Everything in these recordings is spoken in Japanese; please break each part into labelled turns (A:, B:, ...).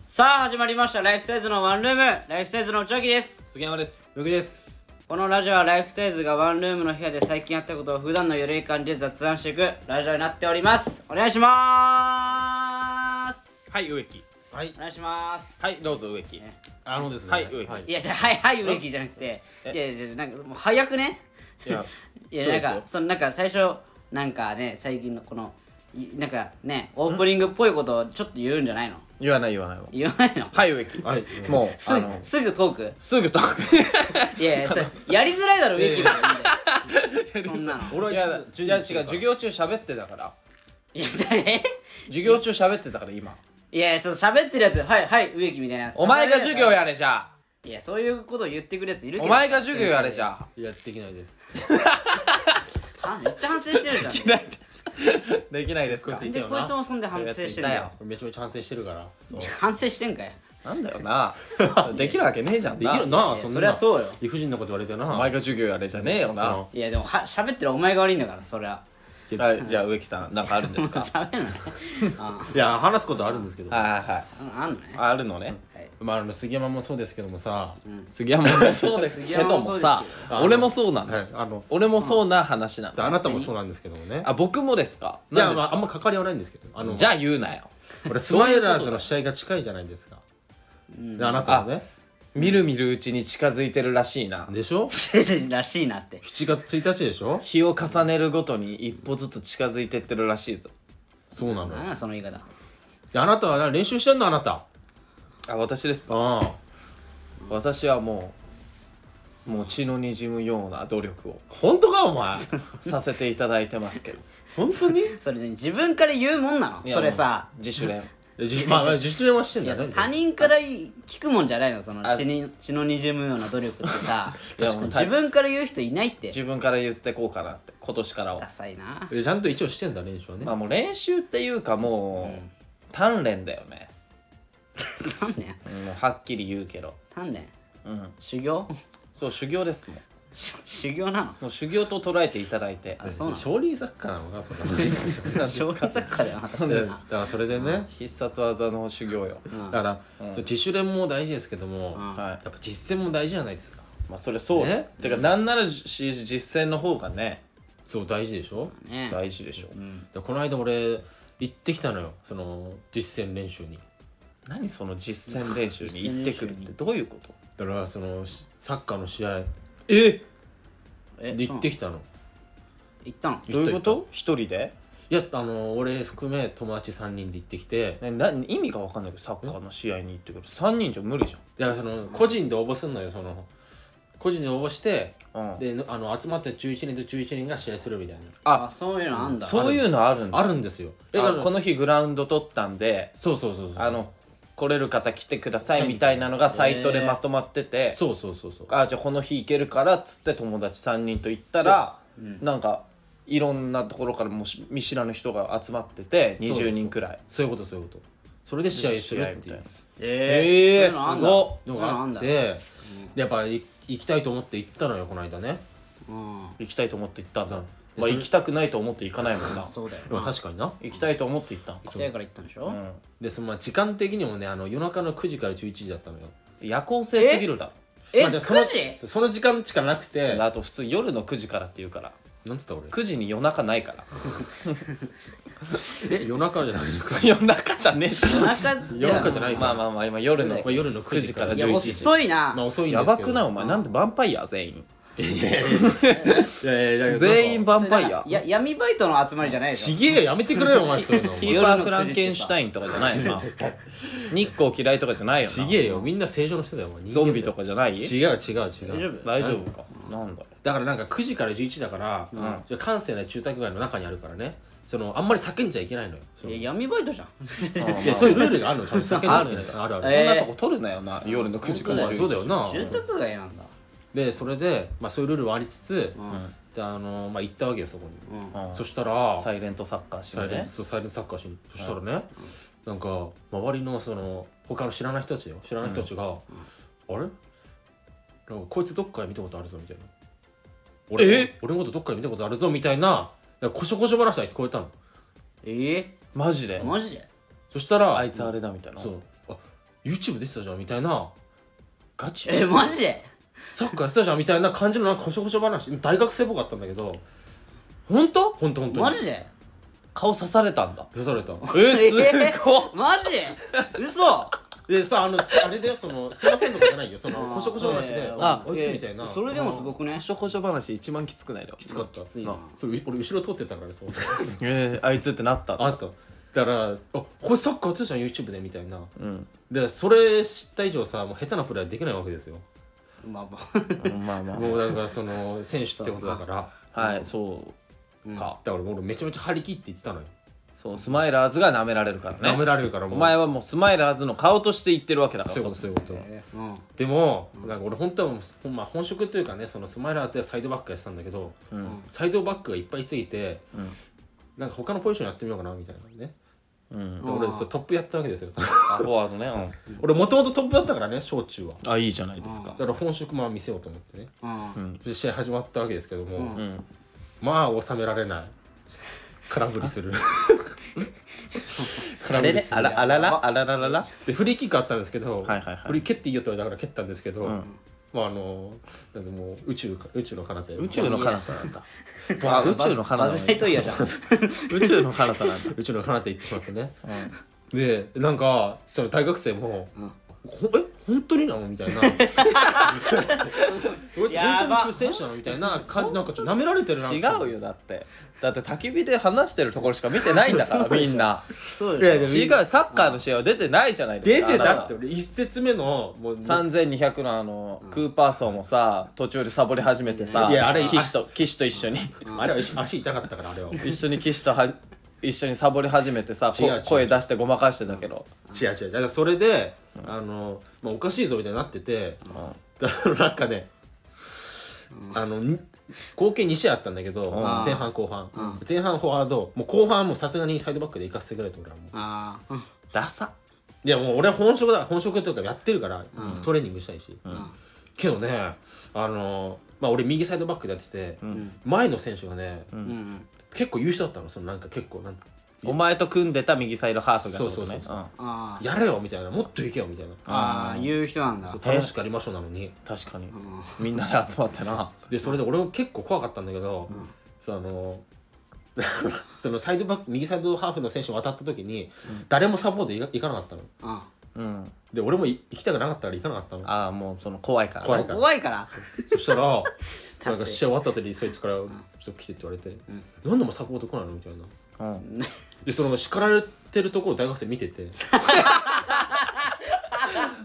A: さあ始まりましたライフサイズのワンルームライフサイズのチョキです
B: 杉山です
C: ログです
A: このラジオはライフサイズがワンルームの部屋で最近やったことを普段のゆるい感じで雑談していくラジオになっておりますお願いしまーす
B: はい植木
C: はい
A: お願いします
B: はいどうぞ植木
A: ね
C: あのですね
B: はい植木
A: いやじゃあはいはい植木じゃなくてい
B: え
A: やいやいやなんかもう早くね
B: いや
A: いや
B: そう
A: なん
B: ですよ
A: かそのなんか最初なんかね最近のこのいなんかねオープニングっぽいことをちょっと言うんじゃないの
B: 言わない言わないわ
A: 言わないの
B: はい植木
C: はい
B: もう
A: す
B: あの
A: すぐトーク
B: す ぐと
A: い やいやそれやりづらいだろウィキで そんなの
C: 俺はい一
B: や
C: 度
B: いや違う授業中喋ってたから
A: いやじゃあえ
B: 授業中喋ってたから今
A: いやその喋ってるやつはいはい植木みたいなやつ
B: お前が授業やれじゃあ
A: いやそういうことを言ってくるやついるけど
B: お前が授業やれじゃあ
C: やってきないです
A: はめっちゃ反省してるじゃん
B: ないですできないですか
A: でこいつもそんで反省してんだよ
C: めちゃめちゃ反省してるから
A: いや反省してんかよ
B: なんだよな できるわけねえじゃん
C: できる
B: な
C: なあ
A: いや
C: そんな
A: そりゃそうよ
C: 理不尽なこと言われてな
B: お前が授業やれじゃねえよな
A: はいやでもは喋ってるお前が悪いんだからそりゃ
B: はいじゃあ植木さんなんかあるんです か
A: 喋るのねあ
C: いや話すことあるんですけど
B: はいはいはい
A: ああんのね
B: あるのね
A: はい
C: まああの杉山もそうですけどもさ
B: 杉山もそうです
A: 杉
B: け
A: 山
B: ど
A: もそうですけど
B: もさ
C: あの
B: 俺もそうなの
C: はいあの
B: 俺もそうな話なの
C: あなたもそうなんですけどもね
B: あ僕もですか
C: いや
B: なんです
C: ま
B: か
C: ああんま関わりはないんですけどあの
B: じゃあ言うなよ
C: これスマイラーズの試合が近いじゃないですかであなたもね
B: みるみるうちに近づいてるらしいな
C: でしょ
A: らしいな って
C: 7月1日でしょ
B: 日を重ねるごとに一歩ずつ近づいてってるらしいぞ
C: そうなの
A: 何
C: よ
A: やその言い方
C: であなたはな練習してんのあなた
B: あ私ですか
C: ああ
B: 私はもうもう血のにじむような努力を
C: 本当かお前
B: させていただいてますけど
C: 本当に
A: それ自分から言うもんなの
B: いや
A: それさ
B: もう自主練
C: え自まあまあ自主練はしてん
A: い
C: だ
A: や
C: よね
A: 他人から聞くもんじゃないのその
B: あ
A: 血に血の滲むような努力ってさ
B: いやもう
A: 自分から言う人いないって
B: 自分から言ってこうかなって今年からは
A: ダサいな
C: えちゃんと一応してんだ練習はね
B: まあもう練習っていうかもう、鍛錬だよね、
A: 何年
B: うんもうはっきり言うけど
A: 何年
B: うん
A: 修行
B: そう修行ですもん
A: 修行なの
B: もう修行と捉えていただいて
A: あそうなの
C: 少林サッカーなのかそんなの
A: 少林サッカーだよな確か
C: で
A: に
C: だ
A: な
C: からそれでね
B: 必殺技の修行よ、
C: だからそう自主練も大事ですけども
A: ん
B: はい
C: やっぱ実践も大事じゃないですか
B: まあそれそう
C: ね
B: てかなんならし実践の方がね
C: そう大事でしょ
A: ね
B: 大事でしょ、
C: でこの間俺行ってきたのよその実践練習に
B: 何その実践練習に行ってくるってどういうこと
C: だからそのしサッカーの試合
B: え
A: え
C: で
A: そ
C: 行
A: う
C: ってきたの
A: 行ったの
B: どういうこと一人で
C: いやあの俺含め友達3人で行ってきて
B: なな意味が分かんないけどサッカーの試合に行ってくる3人じゃ無理じ
C: だからその個人で応募すんのよその個人で応募して
B: ゃん、うん、
C: であの集まって11人と11人が試合するみたいな
A: あそういうのあんだ
B: そういうのあるんだ
C: あるんですよだか
B: あ
C: ら
B: この日グラウンド取ったんで
C: そうそうそうそう
B: あの来れる方来てくださいみたいなのがサイトでまとまってて、
C: そうそうそうそう
B: あじゃあこの日行けるからっつって友達3人と行ったら、なんかいろんなところからもし見知らぬ人が集まってて
C: そうそう
B: 20人くらい
C: そういうことそういうことそれで試合す
B: 試
C: る
B: 合
C: っ
B: み
C: て
B: た
C: い
B: いうな
A: ええ
B: えー
A: そういうのあんだそうい
B: すごっ
C: の
A: うの
C: が
A: あ
C: あ
A: ん
C: っ
A: だ
C: てでやっぱい行きたいと思って行ったのよこの間ね
A: うん
B: 行きたいと思って行ったんだ、
C: うん
B: まあ、
C: で
B: 行きたくないと思って行かないもんな
A: そうだよ
C: でも
A: な
C: 確かにな
B: 行きたいと思って行ったん
A: 行きたいから行ったんでしょ
B: うん
C: でそのまあ時間的にもねあの夜中の9時から11時だったのよ
B: 夜行性すぎるだろ
A: え
C: まあでその
A: 9時
C: そうその時間しかなくて
B: あと普通夜の9時からっていうから
C: なんつった俺
B: 9時に夜中ないから
C: え夜中じゃないのか
B: 夜中じゃねえ
A: 夜中
C: 夜中じゃない
B: まあまあまあ今夜の
C: まあ夜の
B: 9時から
A: いや
B: 11時
A: 遅いな
C: まあ遅いんです
B: や
C: けど
B: ばくないお前なんでヴァンパイア全員
C: いやいやいや
B: 全員
C: ば
B: ヴァンパイア
A: いや闇バイトの集まりじゃないでし
C: ち
A: ょ
C: げえよやめてくれよお前そういうのお
B: キ
C: 前
B: ーパーフランケンシュタインとかじゃないよ な日光嫌いとかじゃないよ
C: ち
B: な
C: げえよみんな正常の人だよお前人間だ
B: ゾ
C: よ
B: ンビとかじゃない
C: 違う違う違う
A: 大丈夫
B: 大丈夫かなんだ
C: だからなんか9時から11時だから、じゃあ閑静な住宅街の中にあるからねそのあんまり叫んじゃいけないのよその
A: いや闇バイトじゃん
B: ろう
C: いや そういうルールがあるのちゃんと叫んじゃいけないからあるある、
A: え
B: そんなとこ取るなよな夜の9時から
A: 本当
B: 11時
C: そうだよな
A: 住宅街なんだ
C: でそれで、まあ、そういうルールはありつつ、
A: ん
C: であのまあ、行ったわけよそこに、
B: うん
C: そしたら
B: サイレントサッカーし
C: サ
B: て
C: イレン
B: ね
C: そうサイレントサッカーしにそしたらね、なんか周りのその他の知らない人たちよ知らない人たちが、あれなんかこいつどっかで見たことあるぞみたいな俺
B: え
C: 俺のことどっかで見たことあるぞみたいななんかこしょこしょ話が聞こえたの
A: え
B: マジで
A: マジで
C: そしたら
B: あいつあれだみたいな
C: そうあ YouTube 出てたじゃんみたいなガチ
A: えマジで
C: サッカーやってたじゃんみたいな感じのなんかこしょこしょ話大学生っぽかったんだけど本当本当本当
A: マ
C: に
A: ジで
B: 顔刺されたんだ
C: 刺された
B: えすごい、
A: マジで嘘
C: でさあのちあれだよそのすいませんとかじゃないよそのこしょこしょ話
A: いやい
C: で
A: や
C: あ
B: あ
C: あいつみたいな
A: それでもすごくね
B: こしょこしょ話一番きつくないのき
C: きつかった
A: ついな
C: それ俺後ろ通ってたからそう
B: えー、あいつってなった
C: あとだからあこれサッカーやってたじゃん YouTube でみたいな
B: うん
C: でそれ知った以上さもう下手なプレーはできないわけですよ
A: まあまあ
B: まあま
C: もうだからその選手ってことだから
B: あはいそう
C: だ
B: か、
C: から俺めちゃめちゃ張り切って言ったのよ
B: そうスマイラーズが舐められるからね
C: 舐められるからもう
B: お前はもうスマイラーズの顔として言ってるわけだから
C: そういうこと
B: そ
C: そういうこと
A: えーうん
C: でも、なんか俺本当はもうほんまあ、本職というかねそのスマイラーズではサイドバックやってたんだけど、
B: ん
C: サイドバックがいっぱいすぎて、
B: ん
C: なんか他のポジションやってみようかなみたいなね、
B: うん
C: で俺そうトップやってたわけですよ
B: あフォワードね、
C: 俺もともとトップだったからね小中は
B: うん、あいいじゃないですか
C: だから本職まあ見せようと思ってね
A: うん
C: で試合始まったわけですけども、
B: ん
C: まあ収められない空振 りする
B: あれれあらあららあらららら
C: でフリーキックあったんですけど、
B: はいはいはい
C: フリー蹴っていいよって言われたから蹴ったんですけど、まああのなんかもう宇宙か宇宙の彼方よ
B: 宇宙の彼方なんだあ宇宙の彼
A: バ
B: 方
A: ズライトイヤーじゃん
B: 宇宙の彼方なんだ
C: 宇宙の彼方行ってしまっ てね、でなんかその大学生も「ほえ本当になの?」み たいな「こいつ本
A: やば
C: 当に選手なの?」みたいな感じなんかちょっと舐められてるな
B: 違うよだってだって焚き火で話してるところしか見てないんだ からみんな
A: そう
C: いや
A: で
C: いや
A: す
B: 違うサッカーの試合は出てないじゃないです
C: 出
B: か
C: て
B: あ
C: た
B: な
C: ったて俺一節目のもう
B: 3200のあのクーパーソーもさ途中でサボり始めてさ
C: いやあれ
B: 騎士と騎士と一緒に
C: あれは足痛かったからあ れは違う
B: 一緒に騎士とは一緒にサボり始めてさこ
C: 違う違う
B: 声出してごまかしてたけど
C: 違うだからそれで、あの、まあ、おかしいぞみたいになってて、だからなんかね、あのに合計2試合あったんだけど、
A: ん
C: 前半後半、前半フォワードもう後半はもうさすがにサイドバックで行かせてくれと俺はもう
A: ああ
B: ダサ
C: いやもう俺は本職だ本職というかやってるから、トレーニングしたいし、けどねあのまあ俺右サイドバックでやってて、前の選手がね、
A: うん
C: 結構言う人だったのそのなんか結構なんか
B: お前と組んでた右サイドハーフがってことね
C: そうそうそう
B: うん
A: あ
C: やれよみたいなもっといけよみたいな
A: ああ言う人なんだ
C: そう楽しくやりましょうなのに
B: 確かにみんなで集まってな
C: でそれで俺も結構怖かったんだけど、その そのサイドバック右サイドハーフの選手に渡った時に、誰もサポートいか行かなかったの
A: あ
B: うん
C: で俺もい行きたくなかったから行かなかったの
B: ああもうその怖いからね
C: 怖い
A: あ怖いから
C: そしたら、なんか試
A: 達成
C: 合終わった後にそいつから、ちょっと来てって言われて、何度もサポート来ないのみたいな。
B: うん
C: で、その叱られてるところを大学生見てて、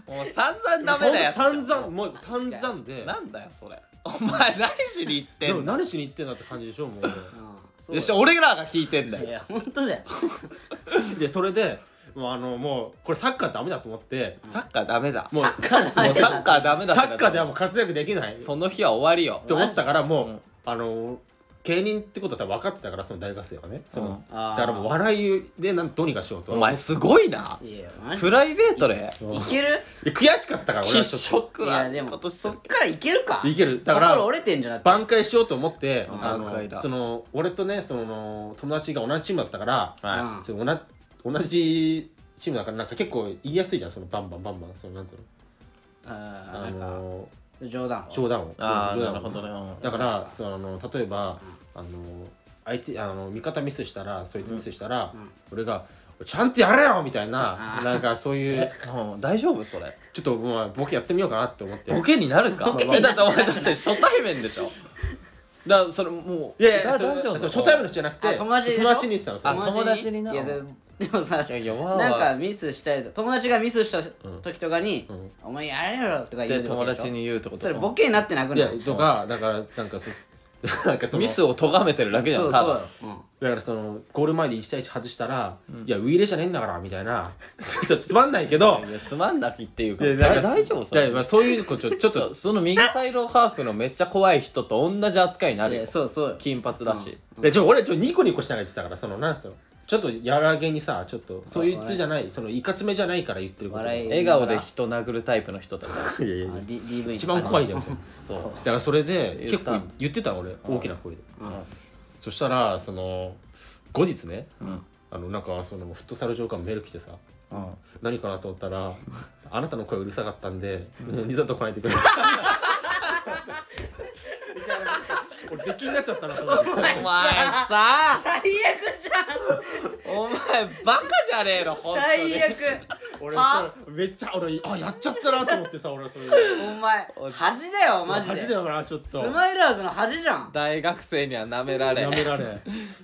B: もう散々ダメなやつ
C: そん散々、もう散々で、
B: なんだよそれお前何しに行って
C: でも
B: んの
C: 何しに行ってんだって感じでしょ、もう。
A: そう
B: よし俺らが聞いてんだ
A: い
B: よ
A: や本当だよ
C: で、それで、もうあの、もう、これサッカーダメだと思って、
B: サッカーダメだ
C: もう
B: サ
C: サッ
B: ッサッカーダメだってなった
C: カーではもう活躍できないと
B: その日は終わりよ
C: 思ったから、もう、あの、芸人ってことは多分分かってたから、その大学生はね。その
A: うんあー
C: だからもう笑いでなんどうにかしようと。
B: お前すごいない
A: やマジ
B: プライベートで
A: いける
C: で悔しかったから、俺
B: 必
C: はちょっと
B: 食
A: い
B: は
A: やでもそっからいけるか
C: いけるだから
A: 心折れてんじゃなくて
C: 挽回しようと思って、あ
B: 挽回だ
C: のその俺とねその友達が同じチームだったから、
B: は
C: その同じ同じチームだからなんか結構言いやすいじゃんそのバンバンバンバンそのなんつうの、
A: あ
C: あ
A: ーなんか
C: の
A: 冗談を
C: 冗談を
B: あー
C: 冗談を
B: なるほどねうん
C: だからその例えば、あの相手あの味方ミスしたらそいつミスしたら、俺が「ちゃんとやれよ!」みたいな、なんかそういう
B: いうん大丈夫それ
C: ちょっとまあボケやってみようかなって思って
B: ボケになるか えだってお前だって初対面でしょだからそれもう
C: いやい
B: だ
C: やそれ
B: 大丈夫
C: そう初対面の人じゃなくて
A: あ友達でしょ
C: 友達に言ってたのそれ
B: あ友達にない
A: やそれでもさ
B: いやいやわーわー
A: なんかミスしたりと友達がミスした時とかに
C: ん
A: 「お前やれよ」とか言
B: で
A: う
B: 友達に言うってこと
A: それボケになってなく
C: い
A: な
C: や
A: い
C: とかだからなんかそう なんかその
B: ミスを咎めてるだけじゃ
A: そ
B: ん
A: う
B: た
A: そう
B: だ
A: うん
C: だからそのゴール前で1対1外したら、いやウイレじゃねえんだからみたいな ちょっとつまんないけど
B: いやつまんなきっていうか
C: いやなん
B: 大
C: か
B: 大丈夫そ
C: いや
B: れ
C: まあそういうことちょっ
B: そ
C: と
B: その右サイドハーフのめっちゃ怖い人と同じ扱いにないるよ
A: やそうそうよ
B: 金髪だし
C: でちょ俺ちょニコニコしたら言ってたからそのなんつうのちょっとやらげにさちょっとそういうつじゃないそのいかつめじゃないから言ってること
A: 笑い
B: 笑顔で人殴るタイプの人たち
C: いやいや
A: あ D- DV
C: 一番怖いじゃんそれ
B: そう
C: だからそれで
B: 言
C: 結
B: った
C: 構言ってたの俺大きな声で、そしたらその後日ね、あのなんかそのフットサル場からメール来てさ「
B: うん
C: 何かなと思ったら「あなたの声うるさかったんでもう二度と来ないでください」俺出禁になっちゃったなと思って
B: お前さ
A: 最悪
B: お前バカじゃねえの本当に
A: じゃん最悪
C: 俺
A: あ
C: それめっちゃ俺あやっちゃったなと思ってさ俺それ
A: お前恥だよマジで
C: 恥だよなちょっ
A: ス
C: と
A: マイラーズの恥じゃん
B: 大学生には舐められ
C: やめられ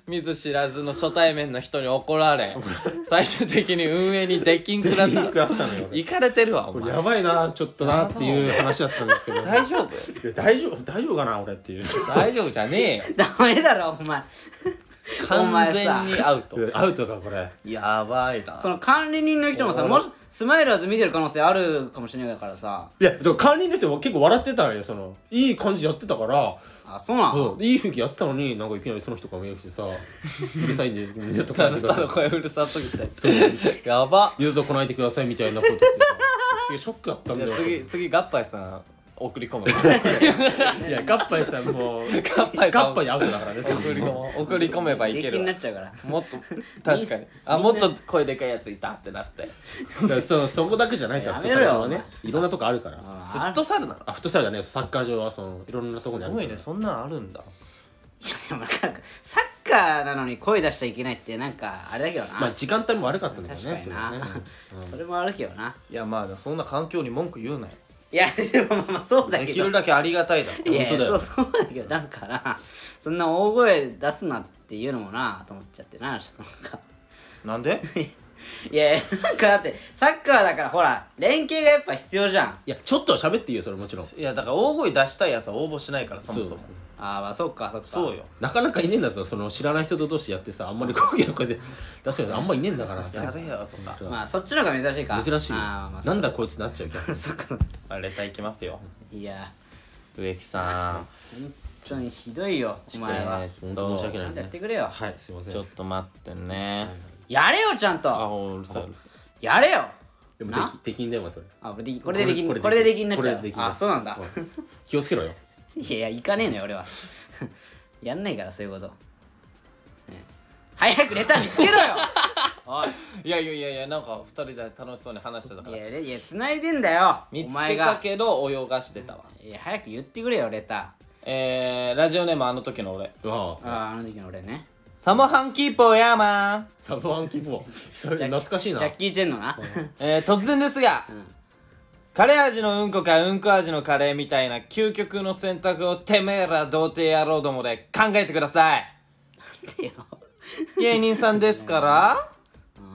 B: 見ず知らずの初対面の人に怒られ最終的に運営に出禁くらっ
C: ピンクあ
B: た
C: ったのよ俺
B: 行かれてるわお
C: これ
B: 前
C: やばいなちょっとなっていう話だったんですけど
B: 大丈夫
C: いや大丈夫大丈夫かな俺っていう
B: 大丈夫じゃねえよ
A: ダメだろお前お
B: 完
A: 前さ
B: 全にアウト
C: アウトかこれ
B: やばいな
A: その管理人の人もさ
C: お
A: もしスマイラーズ見てる可能性あるかもしれないからさ
C: いやでも管理の人も結構笑ってたのよそのいい感じやってたから
A: あそうなの
C: そういい雰囲気やってたのになんかいきなりその人が見えてき てさうるさいんで二度と来な
B: あ
C: い
B: な
C: でく
B: た
C: ださい
B: の声うるさすぎて
C: そう
B: やば
C: 二度と来ないでくださいみたいなこと言ってさすげえショックだったん
B: い
C: だ
B: や
C: よ
B: 次次ガッパイさん送り込む
C: いやガッパイさんもう
B: ガッパイさん
C: ガッパイアウトだ からね多
B: 送り
C: 分
B: 込もう送り込めばいけ
A: 激
B: る
A: にな
B: わ
A: っちゃうから
B: もっ と確かにあもっと声でかいやついたってなって
C: だからそうそこだけじゃないか
A: や
C: ら
A: めろよ
C: フットサルはねいろんなとこあるから
B: フットサルなの
C: あフットサルだねサッカー場はそのいろんなとこにあ
B: す
C: るか
B: ご
C: ら
B: いねそんなんあるんだ
A: いやでもなんかサッカーなのに声出しちゃいけないってなんかあれだけどな、
C: まあ時間帯も悪かったんだよ
A: 確
C: ね
A: かに
C: それ
A: な
C: は
A: それ,、
C: ね
A: もあるけどない
B: やまあそんな環境に文句言うなよ
A: いやでもまあまあそうだ
B: で
A: け
B: き
A: ど
B: るだけありがたいだろ
A: いやいや
C: 本当だ
A: そうそ
C: よ
A: うだけどなんかなそんな大声出すなっていうのもなと思っちゃってなちょっとなんか
B: なん で
A: いやいやなんかだってサッカーだからほら連携がやっぱ必要じゃんあ
C: いやちょっとは喋っていいよそれもちろん
B: いやだから大声出したいやつは応募しないからそもそ
A: ー
B: も
A: まあそっかそっか
B: そうよ
C: なかなかいねえんだぞその知らない人と同士やってさあんまりこういう声で出すよねあんまいねえんだ から
B: やれよとか
A: まあそっちの方が珍しいか
C: 珍しいよ
A: あーまあそ
C: なんだこいつってなっちゃうけ ど
A: そっかそっか
B: まあレターいきますよ
A: いや
B: 植木さ
A: 本当にひどいよお
B: ん
A: 前は
B: えーっ
C: 本当申し
B: と
C: 訳
A: ち
C: な
A: ゃ
C: い
A: んとやってくれよ
C: はいすいません
B: ちょっと待ってね
A: やれよちゃん
B: あ
A: と
B: おうるさいうるさい
A: やれよ
C: でも
A: な
C: できんだよお前それ
A: あ俺できこれでできん
C: こ
A: こ
C: れ
A: れ
C: これ
A: でできんなっちゃう
C: これでできん
A: あそうなんだ
C: 気をつけろよ
A: いやいや行かねえのよ俺はやんないからそういうこと、ね早くレター見つけろよおい
B: いやいやいやいやなんか二人で楽しそうに話してたか
A: い
B: ら
A: やれいや繋いでんだよ
B: 見つ
A: お前
B: けた
A: が
B: けど泳がしてたわ
A: いや早く言ってくれよレタ
B: えー、ラジオネームあの時の俺
C: あ
A: ー
C: あ
A: あーあの時の俺ね
B: サモハンキーポーヤーマン、
C: サブアンキボそれ
A: ジャッキ
C: 懐かしいな
A: ジャッキー・チェンのな
B: えー、突然ですが、カレー味のうんこかうんこ味のカレーみたいな究極の選択をてめえら童貞野郎どもで考えてください
A: てよ
B: 芸人さんですから、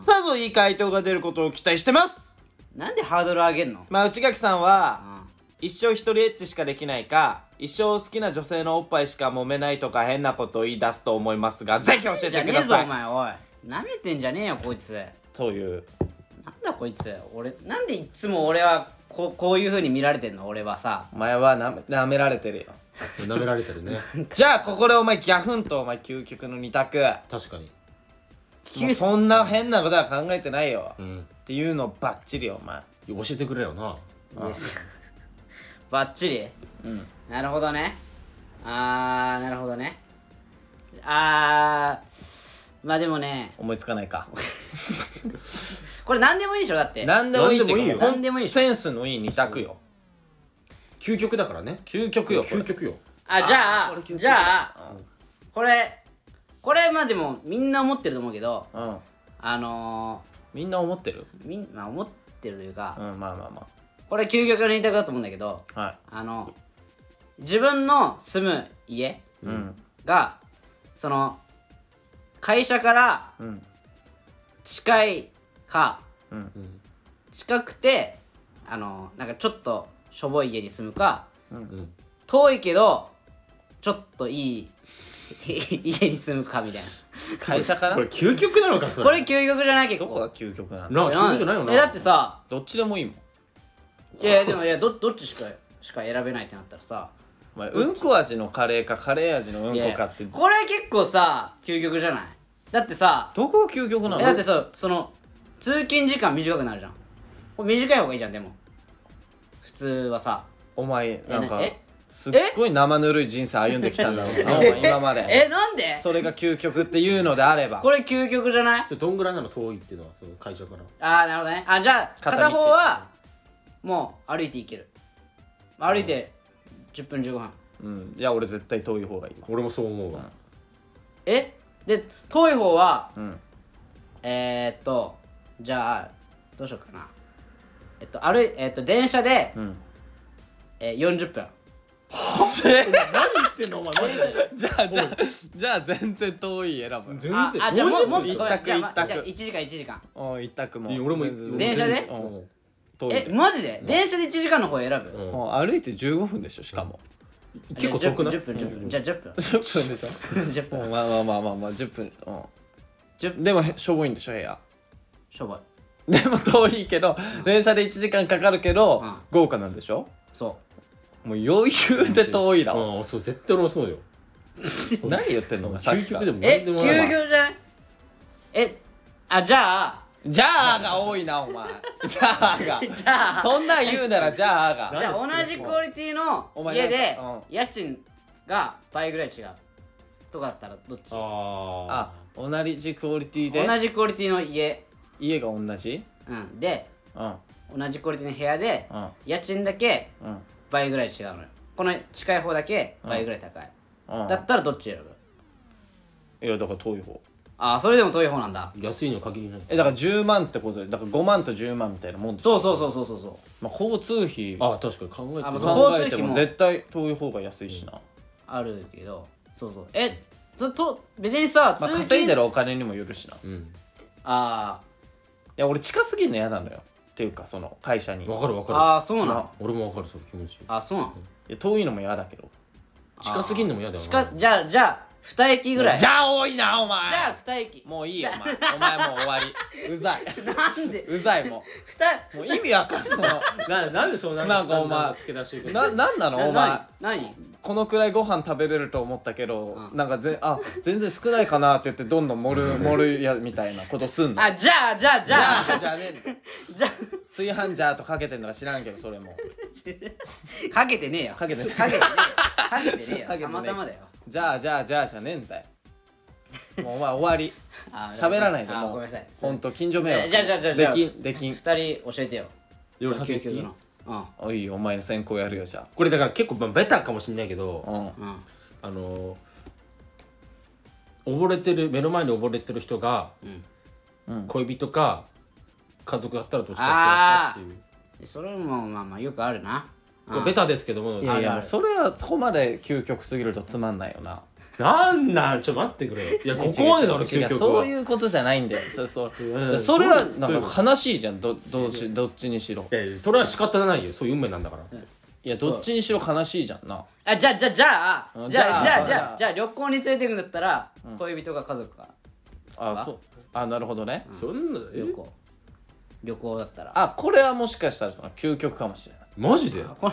B: さぞいい回答が出ることを期待してます
A: なんでハードル上げんの
B: まあ内垣さんは、
A: あ
B: 一生一人エッチしかできないか一生好きな女性のおっぱいしか揉めないとか変なことを言い出すと思いますがぜひ教え
A: じゃね
B: て
A: え
B: くだ
A: ぞ
B: さ
A: お
B: い
A: 前おいなめてんじゃねえよこいつ
B: という
A: なんだこいつ俺なんでいっつも俺はここういう風に見られてんの俺はさ
B: お前はなめなめられてるよ
C: 舐められてる ね
B: じゃあここでお前ギャフンとお前究極の二択
C: 確かに
B: もうそんな変なことは考えてないよ、
C: う
B: っ
C: ん
B: ていうのばっちりお前
C: 教えてくれよな
A: バッチリ
B: うん
A: なるほどねあーなるほどねあーまあでもね
B: 思いつかない か
A: これ何でもいいでしょだって
B: 何でもいいって
C: 何でもいいよ
B: ほんでもいいセンスのいい二択よ
C: 究極だからね
B: 究極よこれ
C: 究極よ
A: あじゃ
B: あ
A: あ
B: ーこれ究極
A: じゃあこれこれまあでもみんな思ってると思うけど
B: うん
A: あの
B: みんな思ってる
A: ー、みんな思ってるという
B: うん
A: か
B: まあまあま
A: これ究極の言いただと思うんだけど
B: あは
A: あの自分の住む家
B: いうん
A: がその会社から
B: うん
A: 近いか
B: うん
A: 近くてあのなんかちょっとしょぼい家に住むか
C: うん
A: 遠いけどちょっとい い家に住むかみたいな
B: 会社から
C: これ究極なのかそれ
A: これ究極じゃない結
B: どこ
A: 構
B: が究極なの
C: な究極じゃないよな
A: えだってさ
B: どっちでもいいもん
A: いやいやでもいやどどっちしかしか選べないってなったらさ
B: お前うんこ味のカレーかカレー味のうん
A: いやい
B: こ
A: や
B: かって
A: これ結構さ究極じゃないだってさ
B: どこが究極なの
A: えだってさその通勤時間短くなるじゃんこれ短い方がいいじゃんでも普通はさ
B: お前なんか
A: え
B: すっごい生ぬるい人生歩んできたんだろうな今まで
A: えなんで
B: それが究極っていうのであれば
A: これ究極じゃない
C: それどんぐらいなの遠いっていうのはその会場から
A: ああなるほどねあじゃあ
B: 片
A: 片
B: 道
A: 方はもう歩いていける歩いて10分15分
B: うんいや俺絶対遠い 方がいいわ
C: 俺もそう思うわ、
A: えで遠い方は
B: うん
A: えー、っとじゃあどうしようかなえっと歩いえっと電車で、
B: ん
A: えー、40分
C: 何言ってんのお前マジで
B: じゃあじゃあじゃあ全然遠い選ぶ
C: 全
A: ああじゃあもうもっとごめ
B: 一
A: ん
B: 択
A: じゃあま
B: 一択
A: じゃあ1時間1時間
B: お一択も
C: いい俺も
B: 全然
A: 電車で
B: うん
C: う
B: 遠い
A: え
B: で
A: マジで電車で1時間の方選ぶ、
C: んうん
B: もう歩いて15分でしょしか も
C: ん結構遠くない
A: 10分10分10分じゃあ10分
B: 10分でしょ
A: 10分
B: まあまあまあまあまあ10分
A: 10
B: うんでもへしょぼいんでしょ部屋
A: しょぼい
B: でも遠いけど電車で1時間かかるけど、
A: うん
B: 豪華なんでしょ
A: そ
B: もう余裕で遠いだわ、
C: うんそう絶対俺もそうよ
B: 何言ってんのお前さっ
C: 究
B: きから
C: 極でも
A: うえ
C: 何で
A: 休
C: もないわ
A: 業じゃないえあじゃあ
B: じゃあが多いなお前じゃ あが
A: じゃあ
B: そんなん言うならじゃあが
A: じゃあ同じクオリティの
B: お前
A: 家で
B: なんか
A: 家賃が倍ぐらい違うとかだったらどっち
B: あ
C: あ
B: 同じクオリティで
A: 同じクオリティの家、
B: 家が同じ
A: うん、で
B: うんうん
A: 同じクオリティの部屋で
B: うん
A: 家賃だけ
B: うん
A: 倍ぐらい違うのよこの近い方だけ倍ぐらい高い、だったらどっち選ぶ
B: いやだから遠い方
A: ああそれでも遠い方なんだ
C: あ安いの限りない
B: えだから10万ってことでだから5万と10万みたいなもんです
A: そうそうそうそうそうそう
B: まあ、交通費
C: あ確かに考え
A: あもう
C: て
A: そう
B: 考え
C: る
A: 交
B: て
A: 通費
B: も
A: も
B: 絶対遠い方が安いしな、
A: あるけどそうそうえずっと別にさ
B: まあ、
A: 通
B: 稼い
A: 勤、
B: で
A: あ
B: るお金にもよるしない
C: うん
A: あ
B: や俺近すぎるの嫌なのよっていうかその会社にい
C: わかるわ
A: ー
C: か
A: あーそうなの
C: る俺もわかるその気持ち
A: あそうなの
B: や遠いのも嫌だけど
C: 近すぎんのも嫌だよ
A: 近じゃあじゃあ2駅ぐらい
B: じゃあ多いなお前
A: じゃあ二駅
B: もういいよお前お前もう終わり うざい
A: なんで
B: うざいもう
A: 二
B: もう意味わかんない
C: ななんでそんな
B: なんかお前
C: つけ出していく
B: ななんなのお前
A: な何
B: このくらいご飯食べれると思ったけど、
A: うん
B: なんかぜあ全然少ないかなって言ってどんどん 盛る盛るやみたいなことすんの
A: あじゃあじゃあじ
B: じ
A: ゃあ
B: ゃあじゃあね
A: じゃ
B: 炊飯ジャーとかけてんのか知らんけどそれも
A: あかけてねえよ
B: かけてねえ
A: かけてねえよかけてね
B: かけてね
A: えよ
B: え
A: たまたまだよ
B: じゃあじゃあじゃあじゃねえんだ よもうお前終わり
A: あ
B: 喋らないで
A: あ
B: もう
A: ごめんなさい
B: ほんと近所迷惑
A: じゃあじゃあじゃあじゃあ
B: できんできん
A: 2人教えてよ
C: 夜先行っていい
A: 究極の
B: おいお前の先行やるよじゃ
C: これだから結構まあベタかもしれないけど
B: あうん
A: うんうん
C: あのー溺れてる目の前に溺れてる人が
A: うん
C: 恋人か家族だったらどっち助けますか
A: あ
C: っていう
A: それもまあまあよくあるな
C: これベタですけども
B: いやい
C: あ
B: やそれはそこまで究極すぎるとつまんないよな
C: なんなんちょっと待ってくれよいやここまでだろ
B: 違う違
C: 究
B: う
C: 極は
B: そういうことじゃないんだよそそ
C: うん
B: それは
C: どういう
B: な
C: どうい
B: ん
C: う
B: か
C: こと
B: 悲しいじゃんどどうしどっちにしろ
C: いやいやそれは仕方ないよそういう運命なんだから
B: いやどっちにしろ悲しいじゃんな
A: あじゃあじゃあじゃ
B: う
A: あ
B: ん
A: じゃあ
B: じ
A: じ
B: ゃ
A: ゃあ
B: あじ
A: じ
B: ゃあ
A: ゃあじゃあ旅行に連れて行くんだったら恋人か家族か
B: あそうあなるほどね
C: そんなえ
A: 旅行旅行だったら
B: あこれはもしかしたらその究極かもしれない
C: マジでい
A: こ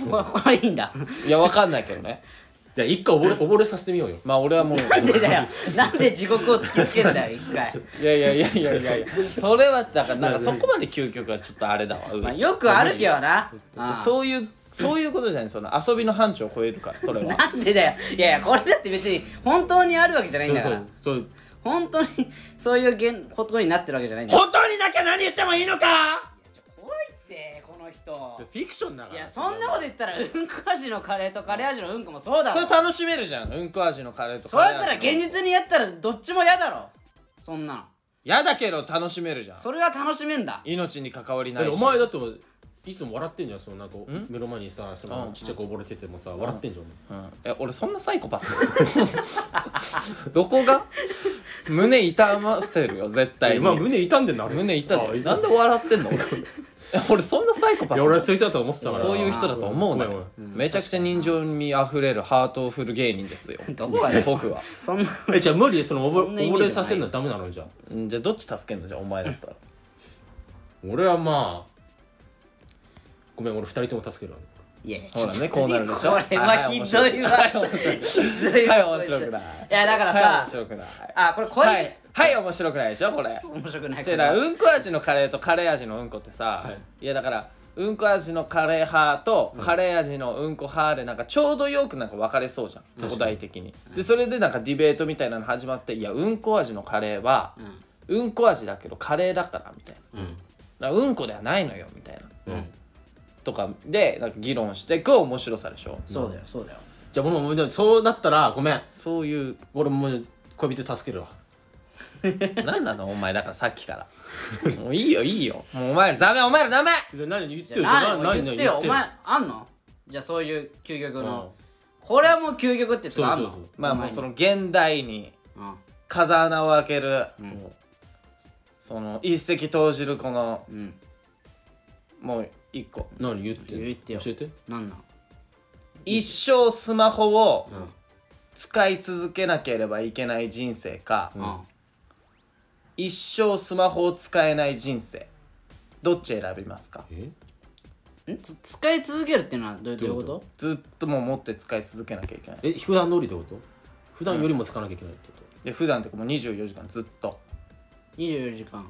A: のこれいいんだ
B: いやわかんないけどね
C: や一回溺れ溺れさせてみようよ
B: まあ俺はもう
A: なんでだよなんで地獄を突きつけんだよ一回
B: いやいやいやいやいやいやそれはだからなんかそこまで究極はちょっとあれだわ、うん
A: まあよくあるけどなうん
B: そういうそういうことじゃないその遊びの範疇を超えるからそれは
A: なんでだよいやいやこれだって別に本当にあるわけじゃないん
C: そう
A: だか
C: そ
A: ら
C: うそう
A: 本当にそういう現ことになってるわけじゃないんだから
C: 本当にだけ何言ってもいいのか
A: いやちょ怖いってこの人
C: フィクションだか
A: い
C: ら
A: やそんなこと言ったらうんこ味のカレーとカレー味のうんこもそうだ
B: そ
A: ろ
B: れ楽しめるじゃんうんこ味のカレーと
A: そ
B: か
A: れだったら現実にやったらどっちも嫌だろそんなの
B: 嫌だけど楽しめるじゃん
A: それは楽しめんだ
B: 命に関わりな
C: だっ
B: い
C: て
B: し
C: お前だっていつも笑ってんじゃんそのなんか目の前にさその
B: うん
C: ちっちゃく溺れててもさ笑ってんじゃん
B: うんえ俺そんなサイコパス どこが胸痛ませるよ絶対に、
C: まあ胸痛んでんのあれ
B: 胸痛
C: あ
B: い
C: い
B: なんで笑っ てんの俺え俺そんなサイコパ
C: い
B: ス
C: や俺はそういう人だと思ってたから
B: そういう人だと思うの
C: ごめん
B: よめちゃくちゃ人情味あふれるハートフル芸人ですよ
A: どこがですか
B: 僕は
A: そんな
C: ごめん えじゃあ無理でその
A: そ
C: 溺
A: んな
C: れ
A: イメージ
C: 溺れさせるのはダメなのじゃあ
B: んじゃあどっち助けんのじゃあお前だったら
C: 俺はまあごめん俺二人とも助けるわ
A: いやいや
B: ほらねこうなるでしょ
A: これはひどいわ
B: はい面白く
A: ひどい
B: な
A: わ
B: いはい面白くない
A: いやだから
B: はい
A: さ
B: 面白くない
A: あこれ恋、
B: はいはい面白くないでしょこれ
A: 面白くない
B: 違うだからうんこ味のカレーとカレー味のうんこってさ、い、やだからうんこ味のカレー派とカレー味のうんこ派でなんかちょうどよくなんか分かれそうじゃんお題的にでそれでなんかディベートみたいなの始まっていやうんこ味のカレーはうんこ味だけどカレーだからみたいな
A: うん
B: だからうんこではないのよみたいな
C: うん
B: とかでなんか議論していく面白さでしょ
A: そうだよそうだよ
C: じゃあもうもうでもそうなったらごめん
B: そういう
C: 俺もう恋人助けるわ
B: 何なのお前だからさっきからもういいよいいよもうお前らダメお前らダメ
C: じゃあ何言って
A: じ
C: よ
A: ゃあ
C: じゃあ
A: 何言ってよお
C: よ
A: 前あんのじゃあそういう究極の
C: う
A: これはもう究極ってやつがあん
C: そうそう
A: の
B: まあもうその現代に
A: うん
B: 風穴を開ける、
A: ん
B: その一石投じるこの
A: うん
B: もう一個
C: ん何言って
A: 言ってよ
C: 教えて
A: なんなん
B: 一生スマホを使い続けなければいけない人生か、
A: うん
B: 一生スマホを使えない人生どっち選びますか
C: え
A: んつ使い続けるっていうのはどうどういうこと
B: ずっともう持って使い続けなきゃいけない
C: え普段通りってこと普段よりも使わなきゃいけないってこと
B: で普段とかもう24時間ずっと
A: ?24 時間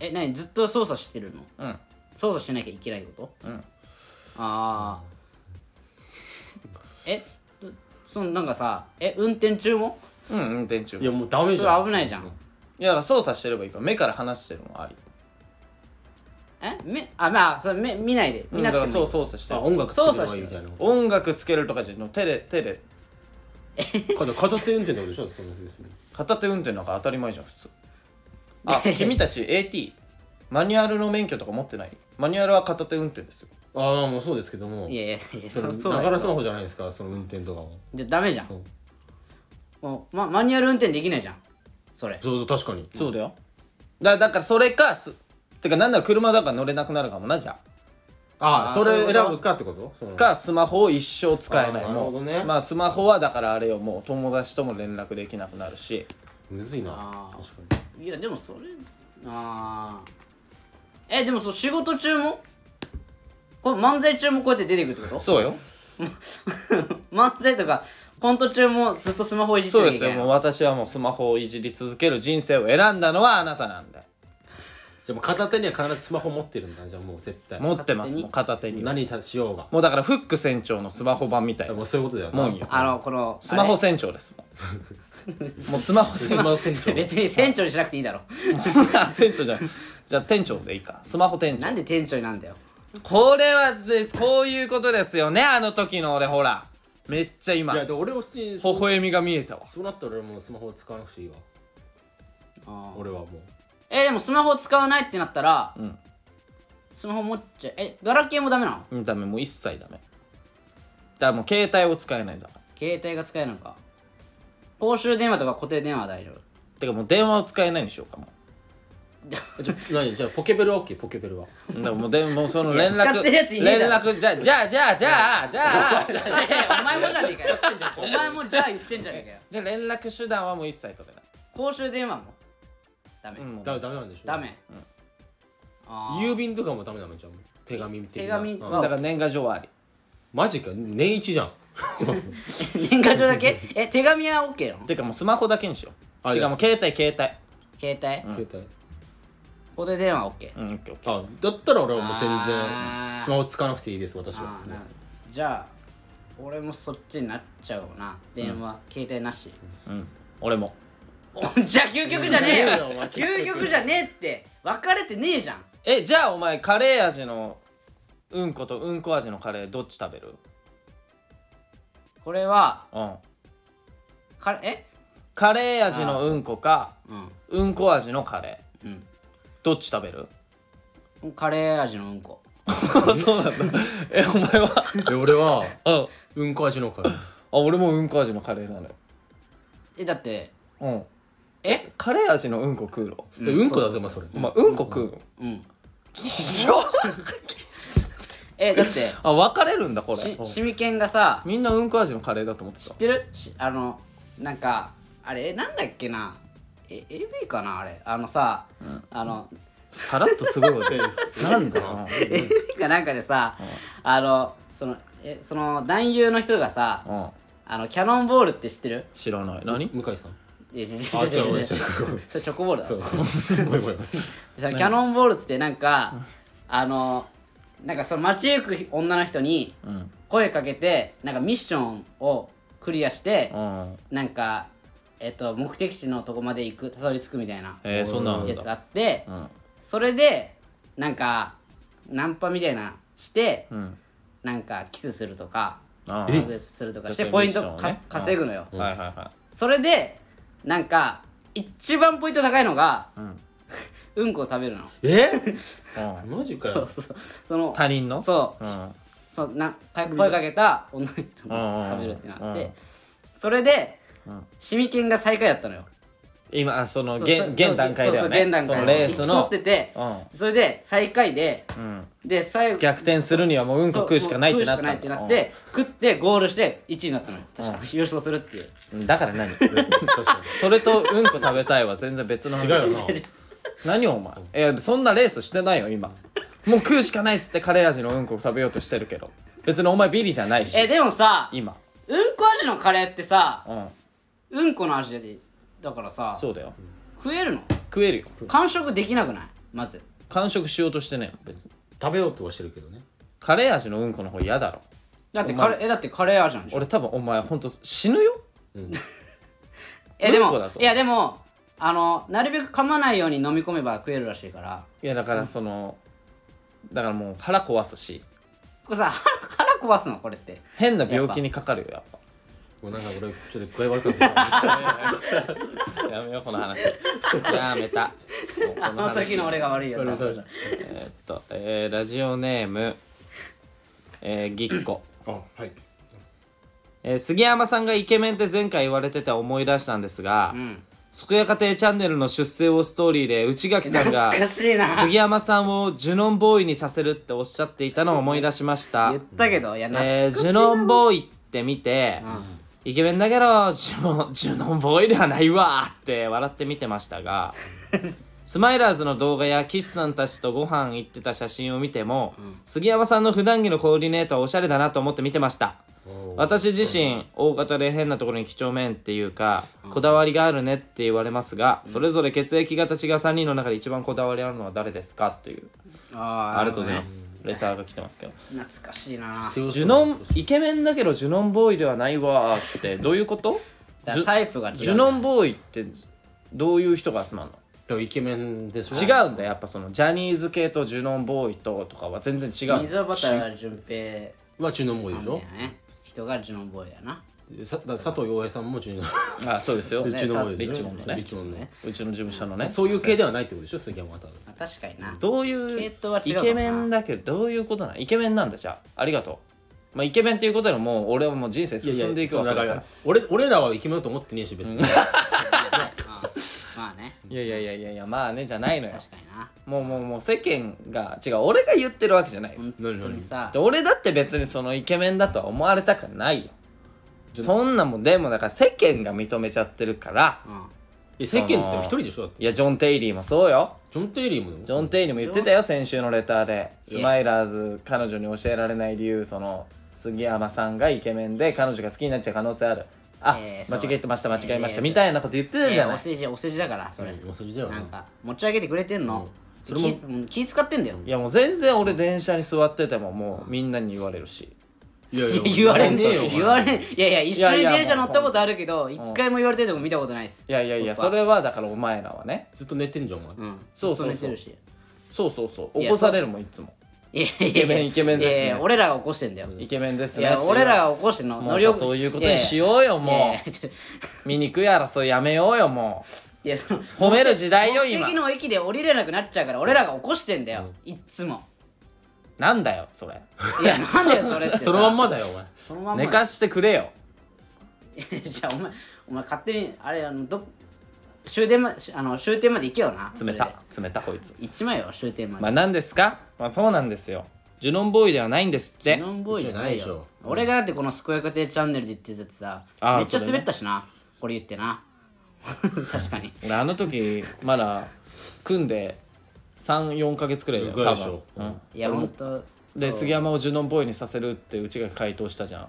A: え何ずっと操作してるの
B: うん
A: 操作しなきゃいけないってこと
B: うん
A: ああえどそのなんかさえ運転中も
B: うん運転中
C: いやもうダメ
A: そ
C: じ
A: れ
C: ゃん
A: 危ないじゃん
B: いやだから操作してればいいから目から離してるのもあり
A: え目あまあそれ目見ないで
B: う
A: 見
B: ん
A: な
B: だか
A: く
B: ら
A: ても
B: そ
A: いうい
B: 操作して
C: あ
B: る
C: 音楽作ればいいみたいな
B: 音楽つけるとかじゃなく手で手で
C: 片片手運転ってことでしょその
B: 片手運転なんか当たり前じゃん普通あ君たち AT マニュアルの免許とか持ってないマニュアルは片手運転ですよ
C: ああもうそうですけども
A: いやいやいや
C: そ
A: そ
C: の
A: うそうだ
C: なが
A: よ
C: らスマホじゃないですかその運転とかも
A: じゃあダメじゃん
C: うん
A: もうまマニュアル運転できないじゃんそれ
C: そうそう確かに
B: そうだよだだからそれかすてかなんなら車だから乗れなくなるかもなじゃ
C: ああそ
A: そういうこ
C: れ選
A: と
C: ぶかってことその
B: あかスマホを一生使えない
C: あーなるほどね
B: もうまあスマホはだからあれよもう友達とも連絡できなくなるし
C: むずいな
A: あー
C: 確か
A: いやでもそれあーえでもそう仕事中もこれ漫才中もこうやって出てくるってこと
B: そうよ
A: 漫才とかコント中もずっとスマホいじって
B: そう
A: る
B: ですよもう私はもうスマホをいじり続ける人生を選んだのはあなたなんで
C: にじゃあもう片手には必ずスマホ持ってるんだじゃあもう絶対
B: 持ってま
A: 片手
B: す
A: に
B: もう片手には
C: 何にしようが
B: もうだからフック船長のスマホ版みたいな
C: もうそういうことだよな
B: もんよ
A: あのこの
B: スマホ
A: あ
B: 船長ですもんもうスマホ
C: ス
B: 船
C: マ
B: 長
C: ホ船
A: れ
C: 長
A: 別に船長にしなくていいだろ
B: 船 長じゃんじゃあ店長でいいかスマホ店
A: な
B: 長
A: んで店長になんだよ
B: これはですこういうことですよねあの時の俺ほらめっちゃ今
C: いや
B: 微
C: でも俺も普通にそう
B: 笑みが見えたわ
C: そうなったら俺もうスマホ使わなくていいわ
A: あー
C: 俺はも
A: えでもスマホ使わないってなったら、
B: ん
A: スマホ持っちゃえガラケーもダメなの
B: うんダメもう一切ダメだからもう携帯を使えないんだから
A: 携帯が使えるのか公衆電話とか固定電話は大丈夫
B: てかもう電話を使えないにしようかも
C: うじゃあ何じゃあポケベルは OK ポケベルは
B: だからもうでもうその連
A: 使
B: 絡
A: ってるやついねえ
B: 連
A: だ
B: 絡じゃあじゃあじゃあじゃあじゃあ
A: いやいやお前もじゃねえかよお前もじゃあ言ってんじゃねえかよ
B: じゃあ連絡手段はもう一切取れない
A: 公衆電話もダメ、
B: うんもう
C: だめダメなんでしょ
A: ダメ、あー
C: 郵便とかもダメなのじゃん手紙みたいな
A: 手紙は
C: うん
B: だから年賀状はあり
C: マジか年一じゃん
A: 年賀状だけえ手紙は OK なの
B: てかもうスマホだけにしよう
C: あ
B: てかもう携帯携
A: 携帯、
C: 携帯
A: 固定電話 OK
B: 帯うんオッケーオッケー
C: あだったら俺はもう全
A: あ
C: 然
A: ー
C: スマホ使わなくていいです私は
A: あーなるほどじゃあ俺もそっちになっちゃうな電話、携帯なし、
B: うん俺も
A: おじゃあ究極じゃねえよ
C: いやいやお前
A: 究極じゃねえって別れてねえじゃん
B: えじゃあお前カレー味のうんことうんこ味のカレーどっち食べる
A: これは
B: うん
A: かえ
B: カレー味のうんこか
A: うん
B: うんこ味のカレー
A: うん
B: どっち食べる
A: カレー味のうんこ
B: そうなんだえお前は
C: で俺 は
B: うんあ
C: うんこ味のカレー
B: 俺もうんこ味のカレーなのよ
A: えだって
B: うん
A: え
B: カレー味のうんこ食うの
C: えうんこだぜお前それ
B: お前うんこ食うの
A: うん
B: きしょ
A: え だって
B: あ分かれるんだこれ
A: しシミケンがさ
B: みんなうんこ味のカレーだと思って
A: 知
B: た
A: ってるしあのなんかあれえなんだっけなえ LB かなあれあのさ、あの
B: さらっとすごい わなんだよ
A: LB かなんかでさ、あのそのえその男優の人がさ、
B: うんうん
A: あのキャノンボールって知ってる
B: 知らない何
C: 向井さん
A: いや違う違
C: あ違う
A: う違う違う
C: 違う
A: それチョコボールだろ
C: ごめんごめん
A: そのキャノンボールっつってなんかあのなんかその街行く女の人に
B: うん
A: 声かけてなんかミッションをクリアして
B: うん
A: なんかえっと目的地のとこまで行くたどり着くみたいな
B: えー、そんなんある
A: や
B: ん
A: つ
B: だ
A: あって
B: うん
A: それでなんかナンパみたいなして
B: うん
A: なんかキスするとか
B: あ
A: ハ
B: ー
A: グするとかして
B: 女性
A: ポイント
B: ミッションを
A: か
B: ね
A: 稼ぐのよ
B: はいはいは
A: それでなんか一番ポイント高いのが
B: い、うん
A: うんこを食べるの
C: え
B: う
C: マジか
A: そう
C: よ
A: そうそうその
B: ん、他人の
A: そう
B: うん、うん
A: そうなか声かけた女の人に食べるってな
B: う
A: っ
B: んうんうん
A: てそれで
B: うん
A: シミ券が最下位だったのよ
B: 今あその
A: そう
B: 現
A: そう
B: 現段階だ
A: そうそう
B: よね
A: 現段階
B: そのレース
A: 競
B: の
A: っててそれで最下位で
B: うん、うん、
A: で最後
B: 逆転するにはもううんこ
A: そう
B: 食うしかないってなったんだ
A: もう食うしかないってなって食ってゴールして1位になったのよ確か優勝するっていう
B: うんだから何
C: 確か
B: それとうんこ食べたいは 全然別の話
C: に違う よな
B: 何をお前いやそんなレースしてないよ今もう食うしかないっつってカレー味のうんこ食べようとしてるけど別にお前ビリじゃないし
A: えでもさうん
B: 今
A: こ味のカレーってさ
B: うん
A: うんこの味でだからさ
B: そうだよ
A: 食えるの
B: 食えるよ
A: 完食できなくないまず
B: 完食しようとしてねえよ別に
C: 食べようとはしてるけどね
B: カレー味のうんこの方嫌だろ
A: だってカレーえだってカレー味なんでしょ
B: 俺多分お前ほんと死ぬよ
A: えで
B: うんこ
A: も
B: だぞ
A: いやでもあのなるべく噛まないように飲み込めば食えるらしいから
B: いやだからそのだからもう腹壊すし
A: これさ腹腹壊すのこれって
B: 変な病気にかかるよやっぱ
C: もうなんか俺ちょっと具合悪く なってきた
B: やめようこの話 やめたもうこ
A: あの
B: 話
A: 時の俺が悪いよ多分
B: えーっと、えーラジオネーム、えー、ぎっこ、
C: あはい
B: えー杉山さんがイケメンって前回言われてて思い出したんですが
A: うん
B: 「即屋家庭チャンネル」の出世をストーリーで内垣さんが
A: 懐かしいな
B: 杉山さんをジュノンボーイにさせるっておっしゃっていたのを思い出しました
A: 言っ、たけどいやな
B: えージュノンボーイって見て、
A: ん
B: イケメンだけどジュノンジュノンボーイではないわって笑って見てました がスマイラーズの動画や岸さんたちとご飯行ってた写真を見ても、杉山さんの普段着のコーディネートはおしゃれだなと思って見てました私自身大型で変なところに几帳面っていうかこだわりがあるねって言われますがそれぞれ血液型違う3人の中で一番こだわりあるのは誰ですかという
A: あー
B: ありがとうございますレターが来てますけど
A: 懐かしいな
B: ジュノンイケメンだけどジュノンボーイではないわーってどういうこと
A: だから
B: ジュ
A: タイプが違う
B: ジュノンボーイってどういう人が集まるの
C: でもイケメンでしょ
B: 違うんだよやっぱそのジャニーズ系とジュノンボーイととかは全然違う
A: 溝端淳平
C: はジュノンボーイ
A: さん
C: でし
A: だよ
C: ょ
A: ね人がジュノンボーイやな
C: さだ佐藤陽平さんもジュノン
B: あそうですよ
C: リッチノンボーイでしょ
B: リッチモンドね
C: リッチモンドね
B: うちの事務所のね
C: そういう系ではないってことでしょ杉山は多分
A: あ確かにな
B: どういう
A: 系統は違う
B: イ
A: かもな
B: ケメンだけどどういうことなのイケメンなんだじゃあありがとう、まあ、イケメンっていうことでもう俺はもう人生進んでいくわけだからいやい
C: 俺俺らはイケメンだと思ってねえし別に
A: まあね
B: やいやいやいやまあねじゃないのよ
A: 確かにな
B: もうもうもう世間が違う俺が言ってるわけじゃないよ
A: 本当にさ
B: で俺だって別にそのイケメンだとは思われたくないよそんなもんでもだから世間が認めちゃってるから
A: うん
C: いや世間っつっても一人でしょだって
B: いやジョン・テイリーもそうよ
C: ジョン・テイリーも
B: ジョン・テイリーも言ってたよ先週のレターでスマイラーズ彼女に教えられない理由その杉山さんがイケメンで彼女が好きになっちゃう可能性あるあ、
A: えー
B: 間違えてました間違えまし
A: え
B: た
A: ー
B: みたいなこと言ってた
A: い
B: じゃ
A: や
B: ない
A: お世辞お世辞だからそれ
C: うんお世辞だよな
A: なんか持ち上げてくれてんの
C: それも
A: 気うん気使ってんだよ
B: いやもう全然俺電車に座っててももうみんなに言われるし
C: いやいや
A: 言われねえよ
C: 本当に
A: 言われいやいや一緒
B: い
A: に
B: やいや
A: 電車乗ったことあるけど一回も言われてるとこ見たことないです
B: いやいやいやそれはだからお前らはね
C: ずっと寝てんじゃんお前
A: うん
B: そうそうそう
A: ずっと寝てるし
B: そうそうそう
A: い
B: 起
A: や
B: こされるもんいつも
A: いやいやイ
B: ケメンイケメンですね
A: 俺らが起こしてんだよ
B: イケメンです
A: い
B: ね
A: や俺らが起こしてんの
B: も
A: 乗
B: う
A: り
B: さ
A: 遅
B: そういうことにしようよ
A: いやい
B: も
A: やいやちょ
B: う醜い争いやめようよも
A: いやその
B: う褒める時代よ
A: 目
B: 今
A: 的の駅で降りれなくなっちゃうから俺らが起こしてんだよ、いっつも
B: なんだよそれ
A: い やなんだよそれってさ
C: そのまんまだよお前
A: そのまんま
B: 寝かしてくれよ
A: じゃあお前お前勝手にあれあのど終電ましあの終点まで行けよな
B: 冷
A: それ
B: た冷たこいつ
A: で行っちまえよ終点まで、
B: まあ何ですかまあそうなんですよジュノンボーイではないんですっ
A: ジ
B: て
A: ュノンボーイじゃないよ
C: じゃないでし
A: 俺がだってこの「健やか亭チャンネル」で言ってたやつさ
B: あー
A: めっちゃ
B: それね
A: 滑ったしな、これ言って な確かに
B: 俺あの時まだ組んで34か月くらいだよ
C: ぐら
B: 多
C: いでしょ
B: 分、うん
A: いやほんと
B: で杉山をジュノンボーイにさせるってうちが回答したじゃん、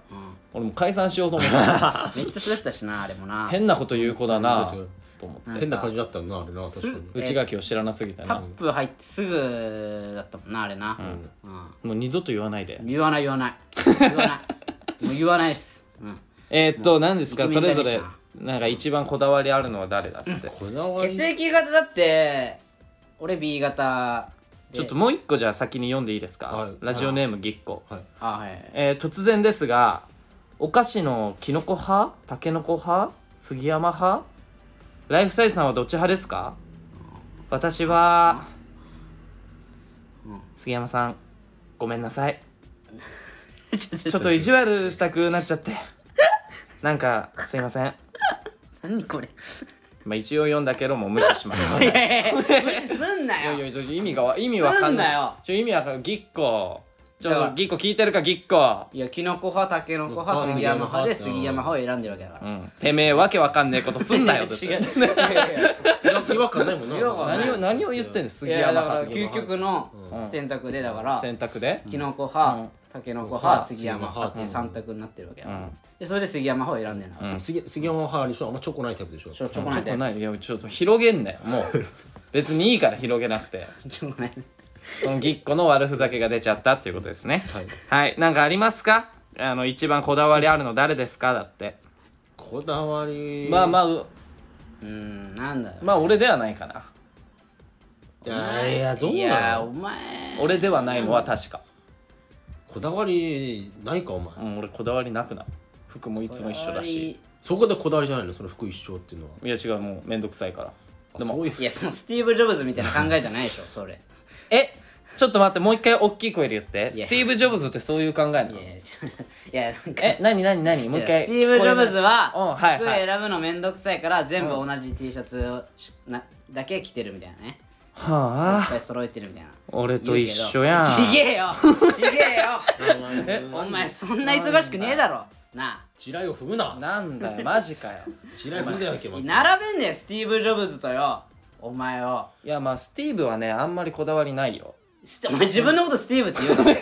B: 俺もう解散しようと思った
A: めっちゃ滑ったしなあれもな
B: 変なこと言う子だな
C: 確かに
B: と思って、
C: 変な感じだったんだなあれな確かに
B: 内垣を知らなすぎた
A: タ
B: な
A: ップ入ってすぐだったもんなあれな、うん
B: もう二度と言わないで
A: 言わない言わない言わないもう言わないです、うん、
B: えー、っと何です
A: イ
B: か
A: ケメ
B: そ
A: ンじ
B: れ
A: ゃね
B: ぞ
A: えしな
B: れなんか一番こだわりあるのは誰だっつって、
C: こだわり
A: 血液型だって俺 B 型で
B: ちょっともう一個じゃあ先に読んでいいですか、
C: はい
B: ラジオネームぎっこ、
C: はい
A: あはいはい
B: えー突然ですがお菓子のキノコ派タケノコ派杉山派ライフサイズさんはどっち派ですか私は杉山さんごめんなさい
A: ちょっ
B: ちょっと意地悪したくなっちゃってなんかすいません
A: と何これ
B: まあ一応読んだけどもう無視します
A: いやいや無理すんない
B: や
A: よ
B: いや意味がわ意味わかんない
A: すんなよ
B: ちょ意味わかんないぎっこちょ
A: だか
B: っ
A: ら
B: とぎっこ聞いてるかぎっこ
A: いやキノコ派タケノコ派杉山派で杉山派を選んでるわけだか
B: う
A: ら
B: んてめえわけわかんねえことすんなよ絶
A: 違
B: 対
A: ういやいやいや
C: 違和感ないもんな
A: 違和感ない
B: 何を何を言ってんの杉
A: いや
B: 山
A: だから
B: 派
A: 究極の選択でだから、
B: 選択で
A: キノコ派、タケノコ派、杉山派って
C: う
A: い
C: ん
A: う三択になってるわけや、でそれで杉山派を選んでんだから、
C: 杉杉山はあれでしょあんまチョコないタイプでしょ
A: ちょち
B: ち
A: ょ
B: ょ
A: こないで
B: っとないいやちょっと広げんなよもう別にいいから広げなくて
A: ちょこないで
B: そのぎっこの悪ふざけが出ちゃったっていうことですねはい、なんかありますかあの一番こだわりあるの誰ですかだって
C: こだわり
B: まあまあう
A: うーんなんだよ、
B: まあ俺ではないかない
C: やいやどう
A: い
C: な
A: や
C: の
A: お前
B: 俺ではないのは確か
C: こだわりないかお前
B: うん俺こだわりなくない服もいつも一緒だし
C: そこでこだわりじゃないのその服一緒っていうのはい
B: や違うもうめんどくさいから
C: あ
B: でも
C: そういう
A: いやそのスティーブ・ジョブズみたいな考えじゃないでしょそれ
B: えちょっと待ってもう一回大きい声で言って
A: いや
B: スティーブ・ジョブズってそういう考えないの
A: やいやちょいやなんか
B: え何何何もう一回
A: スティーブ・ジョブズ
B: うん
A: は
B: はい
A: 服
B: はい
A: 選ぶのめんどくさいから全部同じ T シャツをしなだけ着てるみたいなねい
B: は
A: っぱい揃えてるみたいな
B: あ俺
A: 言
B: と
A: うけど
B: 一緒やん
A: ちげえ よちげえよお前そんな忙しくねえだろな
C: 地雷を踏むな
B: なんだよマジかよ
C: 地雷踏んでやけ
A: あ
C: ば
A: 並べんねえスティーブ・ジョブズとよお前を
B: いやまあスティーブはねあんまりこだわりないよ
A: ステお前自分のことスティーブって言う のな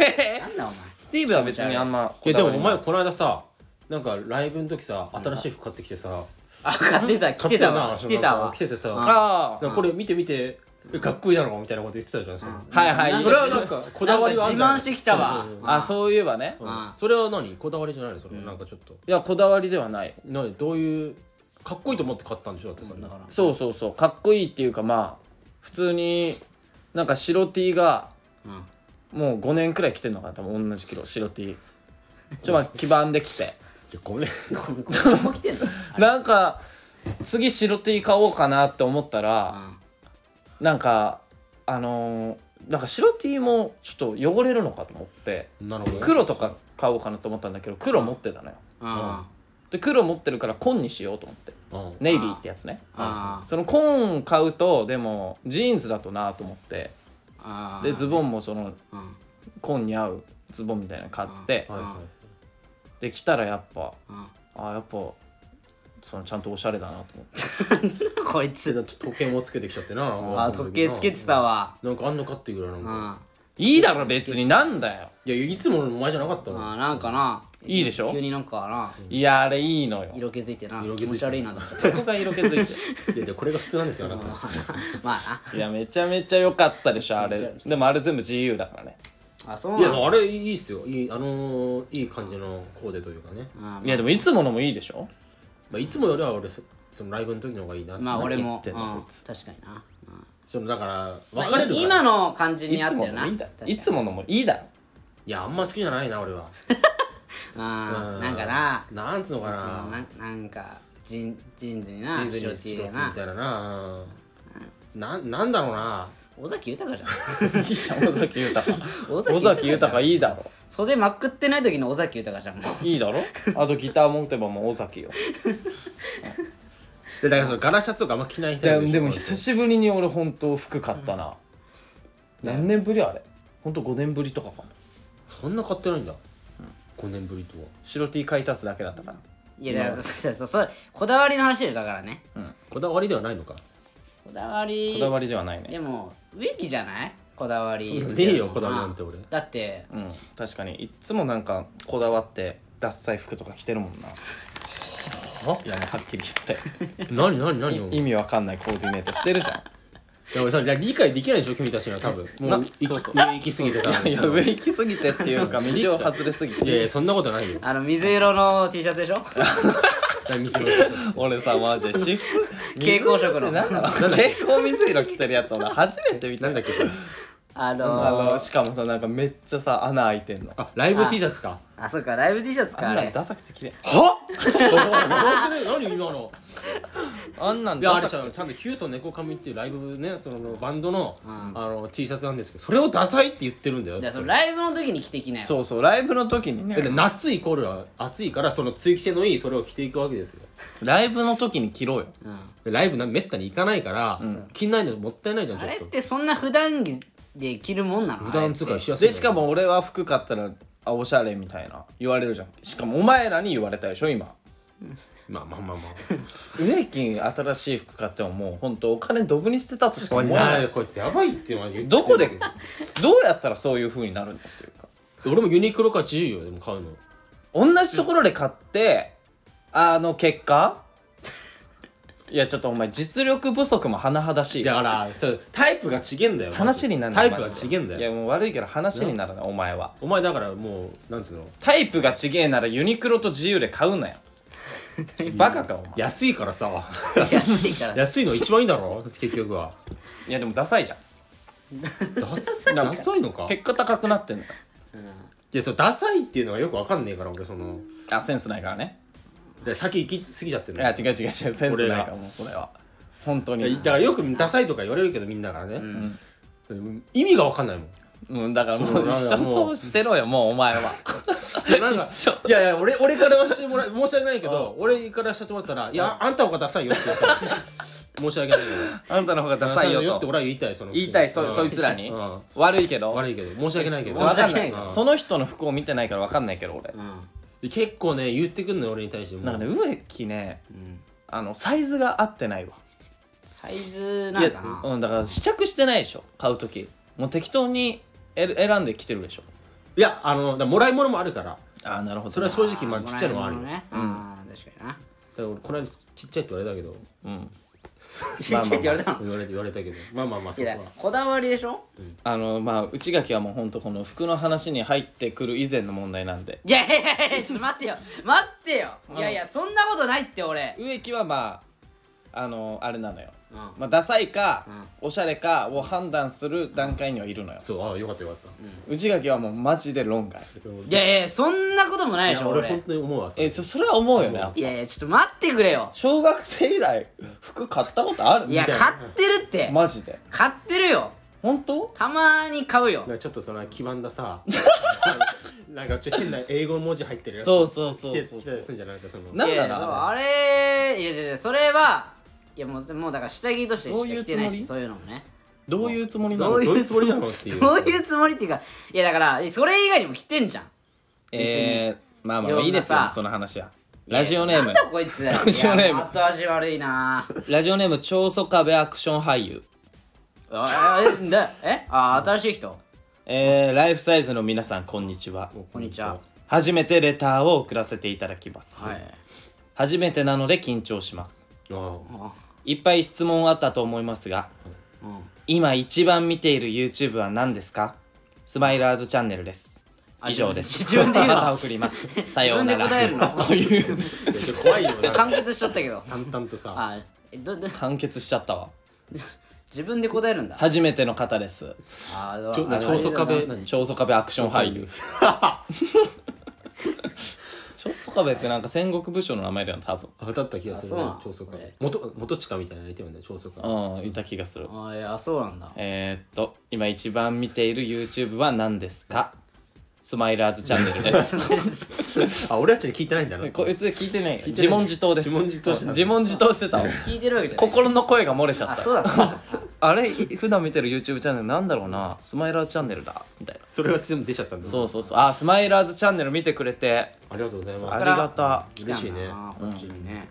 A: んだお前
B: スティーブは別にあんま
C: い
B: こ
C: やで
B: だ
C: も
B: わり
C: お
B: ない
C: 前この間さなんかライブの時さ新しい服買ってきてさ
A: あ買ってた来てたわ来
C: 買って
A: たわ
C: 来ててさ
B: あ
C: なんかこれ見て見てえかっこいいだろみたいなこと言ってたじゃんそれ
B: あはいはい
C: それはなんかこだわりはあるじゃん
A: なんか自慢してきたわ
C: そうそうそう
B: あそういえばね
A: あ
C: それは何こだわりじゃないのそれなんかちょっと
B: いやこだわりではない
C: 何どういうかっこいいと思って買ったんでしょだってそれ
A: だから
B: そうそうそうかっこいいっていうかまあ普通になんか白 T が
A: うん
B: もう5年くらい着てんのかな多分同じ色白 T ちょまあ基盤 で着て
C: ごめん
A: これも来てんの
B: なんか次白 T 買おうかなって思ったら、なんかあのーなんか白 T もちょっと汚れるのかと思って
C: なるほどね
B: 黒とか買おうかなと思ったんだけど黒持ってたのよ
A: あ
B: で黒持ってるから紺にしようと思って
C: うん
B: ネイビーってやつね
A: あ
B: その紺買うとでもジーンズだとなと思って
A: あ
B: でズボンもその
A: ボン
B: 紺に合うズボンみたいなの買って
C: はいは
B: で着たらやっぱあやっぱそのちゃんとおしゃれだなと思って
A: こい
C: いで
A: つ
C: ちょっと時計もつけてきちゃってな
A: あ時計つけてたわ
C: なんかあんのかっていうぐらいなん
A: うんあ
C: か
B: いいだろ別になんだよ
C: いやいつものお前じゃなかったの
A: なんかない
B: いでしょ
A: 急になんか
B: いやあれいいのよ
A: な色気づいてな
C: 色気
A: 気
C: づいて
A: 持ち悪いなと思って
B: そこが色気づいて
C: いやいやこれが普通なんですよあなた
A: まあ
B: いやめちゃめちゃ良かったでしょあれでもあれ全部自由だからね
A: なあそう
C: い
A: なの
C: やあれいいっすよいいあのーいい感じのコーデというかね
A: うん
B: いやでもいつものもいいでしょ
C: まあいつもよりは俺そそのライブの時の方がいいな
A: まあ俺も
B: 何言ってんの
A: うん
B: こいつ
A: 確かになうん
C: そのだから
A: まあ
C: 別れるから
A: い今の感じ
B: い
A: に合っ
B: つ
A: て
B: も
A: る
B: の
A: な
B: もいいだろ
A: 確かに
B: いつものもいいだろ
C: いやあんま好きじゃないな俺は
A: あー
C: う
A: なんかな
C: なんつうのか
A: いつも
C: な
A: ななんかジンジーンズにな
C: 人生
A: 白
C: に
A: T
C: しろ
A: で
C: み
A: な
C: たいなななんなんだろうな
A: 尾崎豊じゃん
B: いいじゃん尾崎豊
A: 尾
B: 尾崎豊いいだろ
A: 袖まくってない時の尾崎豊じゃんもう
B: いいだろあとギター持てばもう尾崎よ
C: でだからその柄シャツとかあんま着ない
B: で
C: 人
B: でも久しぶりに俺本当服買ったな、何年ぶりあれ本当5年ぶりとかかも
C: そんな買ってないんだ5年ぶりとは
B: 白 T 買い足すだけだったから
A: いやだからそうそうそうこだわりの話でだからね
C: こだわりではないのか
A: こだわり
B: こだわりではないね
A: でもウィキじゃないこだわり
C: そうだねえよこだわりなんて俺
A: あだって
B: うん確かにいっつもなんかこだわってダッサい服とか着てるもんな
C: はい
B: やもうはっきり言ったよ
C: 何何何
B: い意味わかんないコーディネートしてるじゃん
C: いや俺さいや理解できないでしょ君たちには多分も
B: な
C: うい
B: そうそう
C: 上行き過ぎてた
B: いやいや上行きすぎてっていう か道を外れすぎ
C: いやい
B: て
C: やそんなことないよ
A: あの水色の T シャツでしょ
C: 見せろ
B: 俺さマ ジで私服
A: 蛍光色の
B: 水色ってなんだろう蛍光水色着てるやつ俺初めて見た
C: なんだっけそれ
A: あ
B: あ
A: の
B: の
A: ー、
B: しかもさなんかめっちゃさ穴開いてんの
C: あライブ T シャツか
A: あそっかライブ T シャツか
B: あ
A: あ
B: んなん
A: れ
B: ダサくて綺麗
C: はっ何今の
B: あんなん
C: いやあ
B: ダ
C: れ
B: サ
C: ちゃんちゃんと「ヒューソン猫髪」っていうライブねそのバンドの,、
A: ん
C: あの T シャツなんですけどそれをダサいって言ってるんだよ
A: じゃあそのライブの時に着てきなよ
B: そうそうライブの時にね
C: だって夏イコールは暑いからその通気性のいいそれを着ていくわけですよ
B: ライブの時に着ろよ
A: うん
C: ライブなめったに行かないから、着ないのもったいないじゃんち
A: あ
C: ょっ
A: れっ
C: と
A: てそんな普段着で着るもんなの
C: 普段
A: あ
C: 使
A: れ
C: い
A: っ
C: しやすい
B: でしかも俺は服買ったらあおしゃれみたいな言われるじゃんしかもお前らに言われたでしょ今
C: まあまあまあま
B: 植木新しい服買ってももうほんとお金ドブに捨てたとしか
C: あ
B: 思 わな
C: お
B: い
C: いこいつやばいって言ってる
B: どこでどうやったらそういう風になるんだっていうか
C: 俺もユニクロか自由よでも買うの
B: 同じところで買ってあの結果いやちょっとお前実力不足も甚だしい
C: だからそうタイプが違えんだよまず
B: 話にならな
C: タ
B: い
C: イプが
B: マジ
C: 違
B: で
C: えんだ
B: いや
C: よ
B: もう悪いけど話にならないお前は
C: お前だからもうなんつうの
B: タイプが違えならユニクロと自由で買うなよバカかお前
C: 安いからさ
A: て安いから
C: 安いの一番いいだろ結局はい
B: やでもダサいじゃん
C: ダサいダサいのか
B: 結果高くなってんだよ
C: いやそうダサいっていうのがよくわかんねえから俺その
B: あセンスないからね
C: で先行き過ぎちゃってる
B: いや違う違う違うセンスないからもうそれは本当に
C: だからよくダサいとか言われるけどみんなからね、うん意味がわかんないもん
B: うんだからも
C: そう
B: う
C: だ
B: 一
C: か
B: 生
C: らも
B: そううしてろよもうお前は
C: なんか
B: 一緒
C: いやいや俺俺からはしてもら申し訳ないけど俺からしてもらったら「いやあんたの方がダサいよ」って言ったら申し訳ないけど
B: あんたの方が ダサいよ
C: って
B: と
C: 俺は言いたいその
B: 言いたい
C: うん
B: そそいつらに
C: うん
B: 悪いけど
C: 悪いけど申し訳ないけど
A: 申
B: わ
A: し
B: か
A: 訳
B: ん
A: な
B: ないい
A: うん
B: その人の服を見てないからわかんないけど俺
A: うん
C: 結構ね言ってくんのよ俺に対しても
B: なんかね植木ね
A: うん
B: あのサイズが合ってないわ
A: サイズ
B: い
A: なんか
B: や
A: な
B: うんだから試着してないでしょ買う時もう適当に選選んできてるでしょ
C: いやあのだからもらい物もあるからだか
B: ああなるほど
C: それは正直まあちっちゃいのはあるよ
A: もらえものねうん確かにな
C: ら俺この間ちっちゃいって言われたけど
A: ちっちゃいって言われたの
C: 言われ言われたけどまあまあまあ
A: い
C: そこ
A: や
C: は
A: こだわりでしょ
B: あのまあ内垣はもうほんとこの服の話に入ってくる以前の問題なんで
A: いやいやいやいや待ってよ待ってよいやいやそんなことないって俺
B: 植木はまああのあれなのよ、
A: うん
B: まあ、ダサいか、おしゃれかを判断する段階にはいるのよ
C: そうああよかったよかった、
B: 内垣はもうマジで論外
A: いやいやいやそんなこともない
C: い
A: でし
C: や
A: ょ
C: 俺
A: 俺
C: 本当に思うわそれ
B: えそそれは思うよね
A: いやいやちょっと待ってくれよ
B: 小学生以来服買ったことある
A: いや
B: みた
A: 買
B: な
A: ってるって
B: マジで
A: 買ってるよ
B: 本当
A: たまーに買うよ
C: なんかちょっとその黄ばんださなんかちょっと変な英語の文字入ってるやつ
B: そうそうそう
C: 来て
B: そう
C: 来たりするんじゃないかその
B: なん
A: いや
B: ない
A: やそう
B: ら
A: あれいやいやいやそれはいやもうもうだから下着として
B: どう
A: し
B: い
A: か
B: う
A: 着てない
B: つも
A: し
B: り
A: そういうのもね
B: どういうつもりな
C: ど
B: の
C: ういうつもりなのっていう
A: どういうつもりっていうかいやだからそれ以外にも着てんじゃん
B: えー、まあまあまあ
A: いろんなさ
B: いいですよその話はラジオネー
A: な
B: ム
A: んだこいつラ
B: ジオネーム
A: 後味悪いな
B: ラジオネーム長曽壁アクション俳優
A: あえだえあ新しい人
B: えー、ライフサイズの皆さんこんにちは
A: こんにちは
B: 初めてレターを送らせていただきます、
A: はい
B: 初めてなので緊張します
C: あ
A: あ
B: いっぱい質問あったと思いますが
A: うん
B: 今一番見ている YouTube は何ですかスマイラーズチャンネルです以上です
A: 自分で言う
B: ま
A: の
B: た送りますさようなら
A: 自分で答えるの
B: という
C: あちょっと怖いよなん か
A: 完結しちゃったけど
C: 淡々とさ
A: あえどど
B: 完結しちゃったわ
A: 自分で答えるんだ
B: 初めての方です
A: あどう
C: ちょ
A: あ
C: 長曽
A: あり
C: 壁
A: がとうございま
C: 何
B: 長曽壁アクション俳優 長曽壁ってなんか戦国武将の名前だよね多分
C: 当たった気がするね
A: あそうなの
C: 長宗壁
A: え
C: 元元近みたいなのいてるんだよ長宗壁
B: うんいた気がする
A: すあいやそうなんだ
B: えー、っと今一番見ている YouTube は何ですかスマイラーズチャンネルです
C: あ俺たちに聞いてないんだな
B: こいつ聞いてないよ
C: いてない
B: 自問自答です
C: 自問自答してた
B: 自問自答してた
A: 聞いてるわけじゃない
B: 心の声が漏れちゃ
A: あ
B: った
A: そうだったんだ
B: あれい普段見てる YouTube チャンネルなんだろうなスマイラーズチャンネルだみたいな
C: それが全部出ちゃったんだ
B: そうそうそうあスマイラーズチャンネル見てくれて
C: ありがとうござい
B: あ
C: ま
B: り
C: す
B: がた
A: 来たな
C: 嬉しいね
A: こっちにね、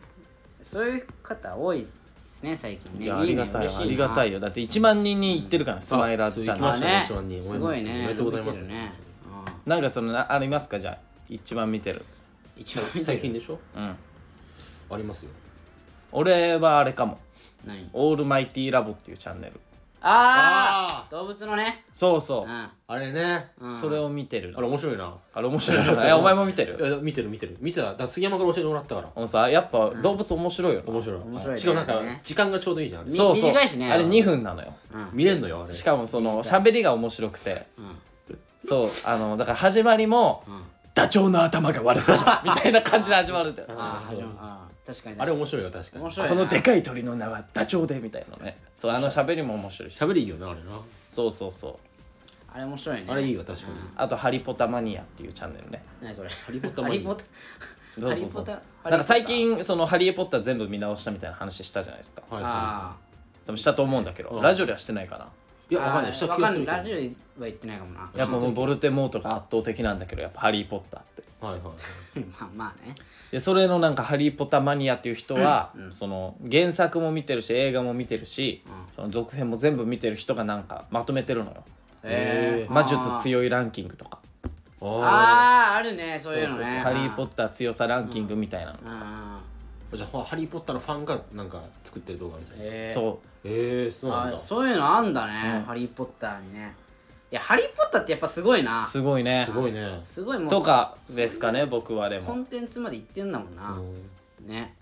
A: そういう方多いですね最近ね
B: いやありがたい
A: ね
B: ありがたいよだって1万人に行ってるからスマイラーズチャン
A: まあ
B: ネル
A: ね
C: 一番に応援
A: すごい
C: お
A: ね
C: めでとうございます
A: 伸びてるね、うん
B: なんかそのなありますかじゃあ一番見てる
A: 一番見てる
C: 最近でしょ
B: うん
C: ありますよ
B: 俺はあれかも
A: 何
B: オールマイティーラボっていうチャンネル
A: あー
C: あ
A: 動物のね
B: そうそうう、
A: ん
C: あれね
B: それを見てるの
C: あれ面白いな
B: あれ 面白いよねいやお前も見て
C: い
B: る
C: や見てる見てる見てただから杉山から教えてもらったから
B: あのさやっぱ動物面白いよね、
C: 面白い
A: 面白いね
C: しかもなん
A: あ
C: か
A: れね
C: 時間がちょうどいいじゃん
B: そうそう
A: 短いしね
B: あれ2分なのよ
C: 見れんのよあれ
B: しかもその喋りが面白くて、
A: ん
B: そうあのだから始まりも、ダチョウの頭が悪そうみたいな感じで始まるんだよ
A: あー始まるあー確かに
C: あれ面白いよ確かに
A: 面白い
B: こので
A: で
B: かい鳥の名はダチョウでみたいなねそうあの喋りも面白いし
C: 喋りいいよなあれな
B: そうそうそう
A: あれ面白いね
C: あれいいよ確かに
B: あと「ハリポタマニア」っていうチャンネルね
A: 何それハ
C: リポ
A: ハ
C: タマニア
A: リポタ
B: そうそ
A: ハ
B: うそう
A: リポタ
B: なんか最近その「ハリー・ポッター」全部見直したみたいな話したじゃないですか
C: はいは
A: あ
B: 多分したと思うんだけど
C: ん
B: ラジオではしてないかない
C: い
A: ー
C: やわかんないした気がする
A: わかんないラ
C: け
A: ジオでは言ってないかもな
B: やっぱもうボルテモートが圧倒的なんだけどやっぱ「ハリー・ポッター」って
C: ど はいはい
A: まあまあね
B: でそれのなんか「ハリー・ポッターマニア」っていう人は、その原作も見てるし映画も見てるし、その続編も全部見てる人がなんかまとめてるのよ
A: えー
B: 魔術強いランキングとか
C: あ
A: あーあるねそういうのね
B: ハリー・ポッ
A: タ
B: ター強さランキングみたいな
A: ー
B: の、
C: あじゃあハリー・ポッターのファンがなんか作ってる動画みたいな
A: えー
B: そ
C: ええそうなん
A: あ
C: だ
A: そういうのあんだね、ハリー・ポッターにねいやハリー・ポッターってやっぱすごいな
B: うすごいね
C: すごいね
A: すごいもう
B: とかですかね僕はで
A: コ
B: も
A: ンテンツまでいってんだもんな、ね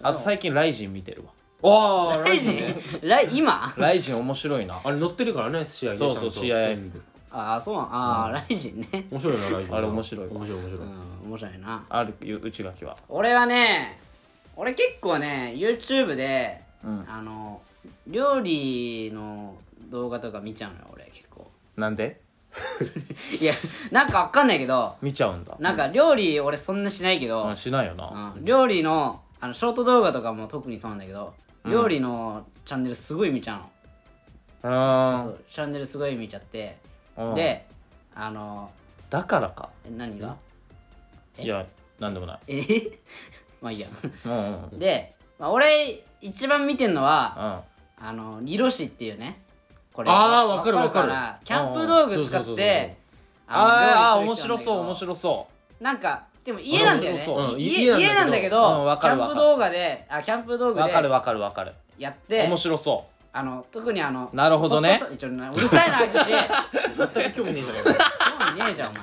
B: あと最近「ライジン」見てるわ
C: ああ
A: ライジンライ今
B: 「ライジン」面白いな
C: あれ乗ってるからね試合に
B: そうそう
C: ちゃんと
B: 試合
C: 全部
A: ああそうなんああ、ライジンね
C: 面白いなライジン
B: あれ面白いわ
C: 面白い面白い
A: うん面白いな
B: あるいう内垣は
A: 俺はね俺結構ね YouTube で、
B: うん
A: あの料理の動画とか見ちゃうのよ俺結構
B: なんで
A: いや なんかわかんないけど
B: 見ちゃうんだ
A: なんか料理俺そんなしないけど、
B: うんしないよな
A: うん料理のあのショート動画とかも特にそうなんだけど、料理のチャンネルすごい見ちゃうの
B: うん
A: そうそうチャンネルすごい見ちゃって
B: うん
A: であの
B: だからか
A: え何が
B: いやなんでもない
A: え まあいいや
B: うんうんうん
A: で、まあ、俺一番見てんのは
B: あ
A: あのリロシっていうねこれ
C: あーわかる
A: なキャンプ道具使
C: うん
A: っ
C: うんそうそうそうそう
A: て
B: あー
A: の料
B: 面
A: 理する人なんだけど
B: 白そう面白そう
A: なんかでも家なんだよね
B: 面白そう
C: うん
A: 家家
C: 家
A: な
C: なんん
A: だ
C: だ
A: け
C: け
A: ど
B: どうんわ
A: キ
B: かる
A: ャ
B: わ
A: ン
B: か
A: プ
B: る
A: 動画であキャンプ道具
B: わかる
A: で
B: わかるわかる
A: やって
B: 面白そ
A: あの特にあの
B: なるほどね
A: ホットサ一応なうるさいな私興
C: 全く 興味ねえじゃね
A: 味ねえじゃんお前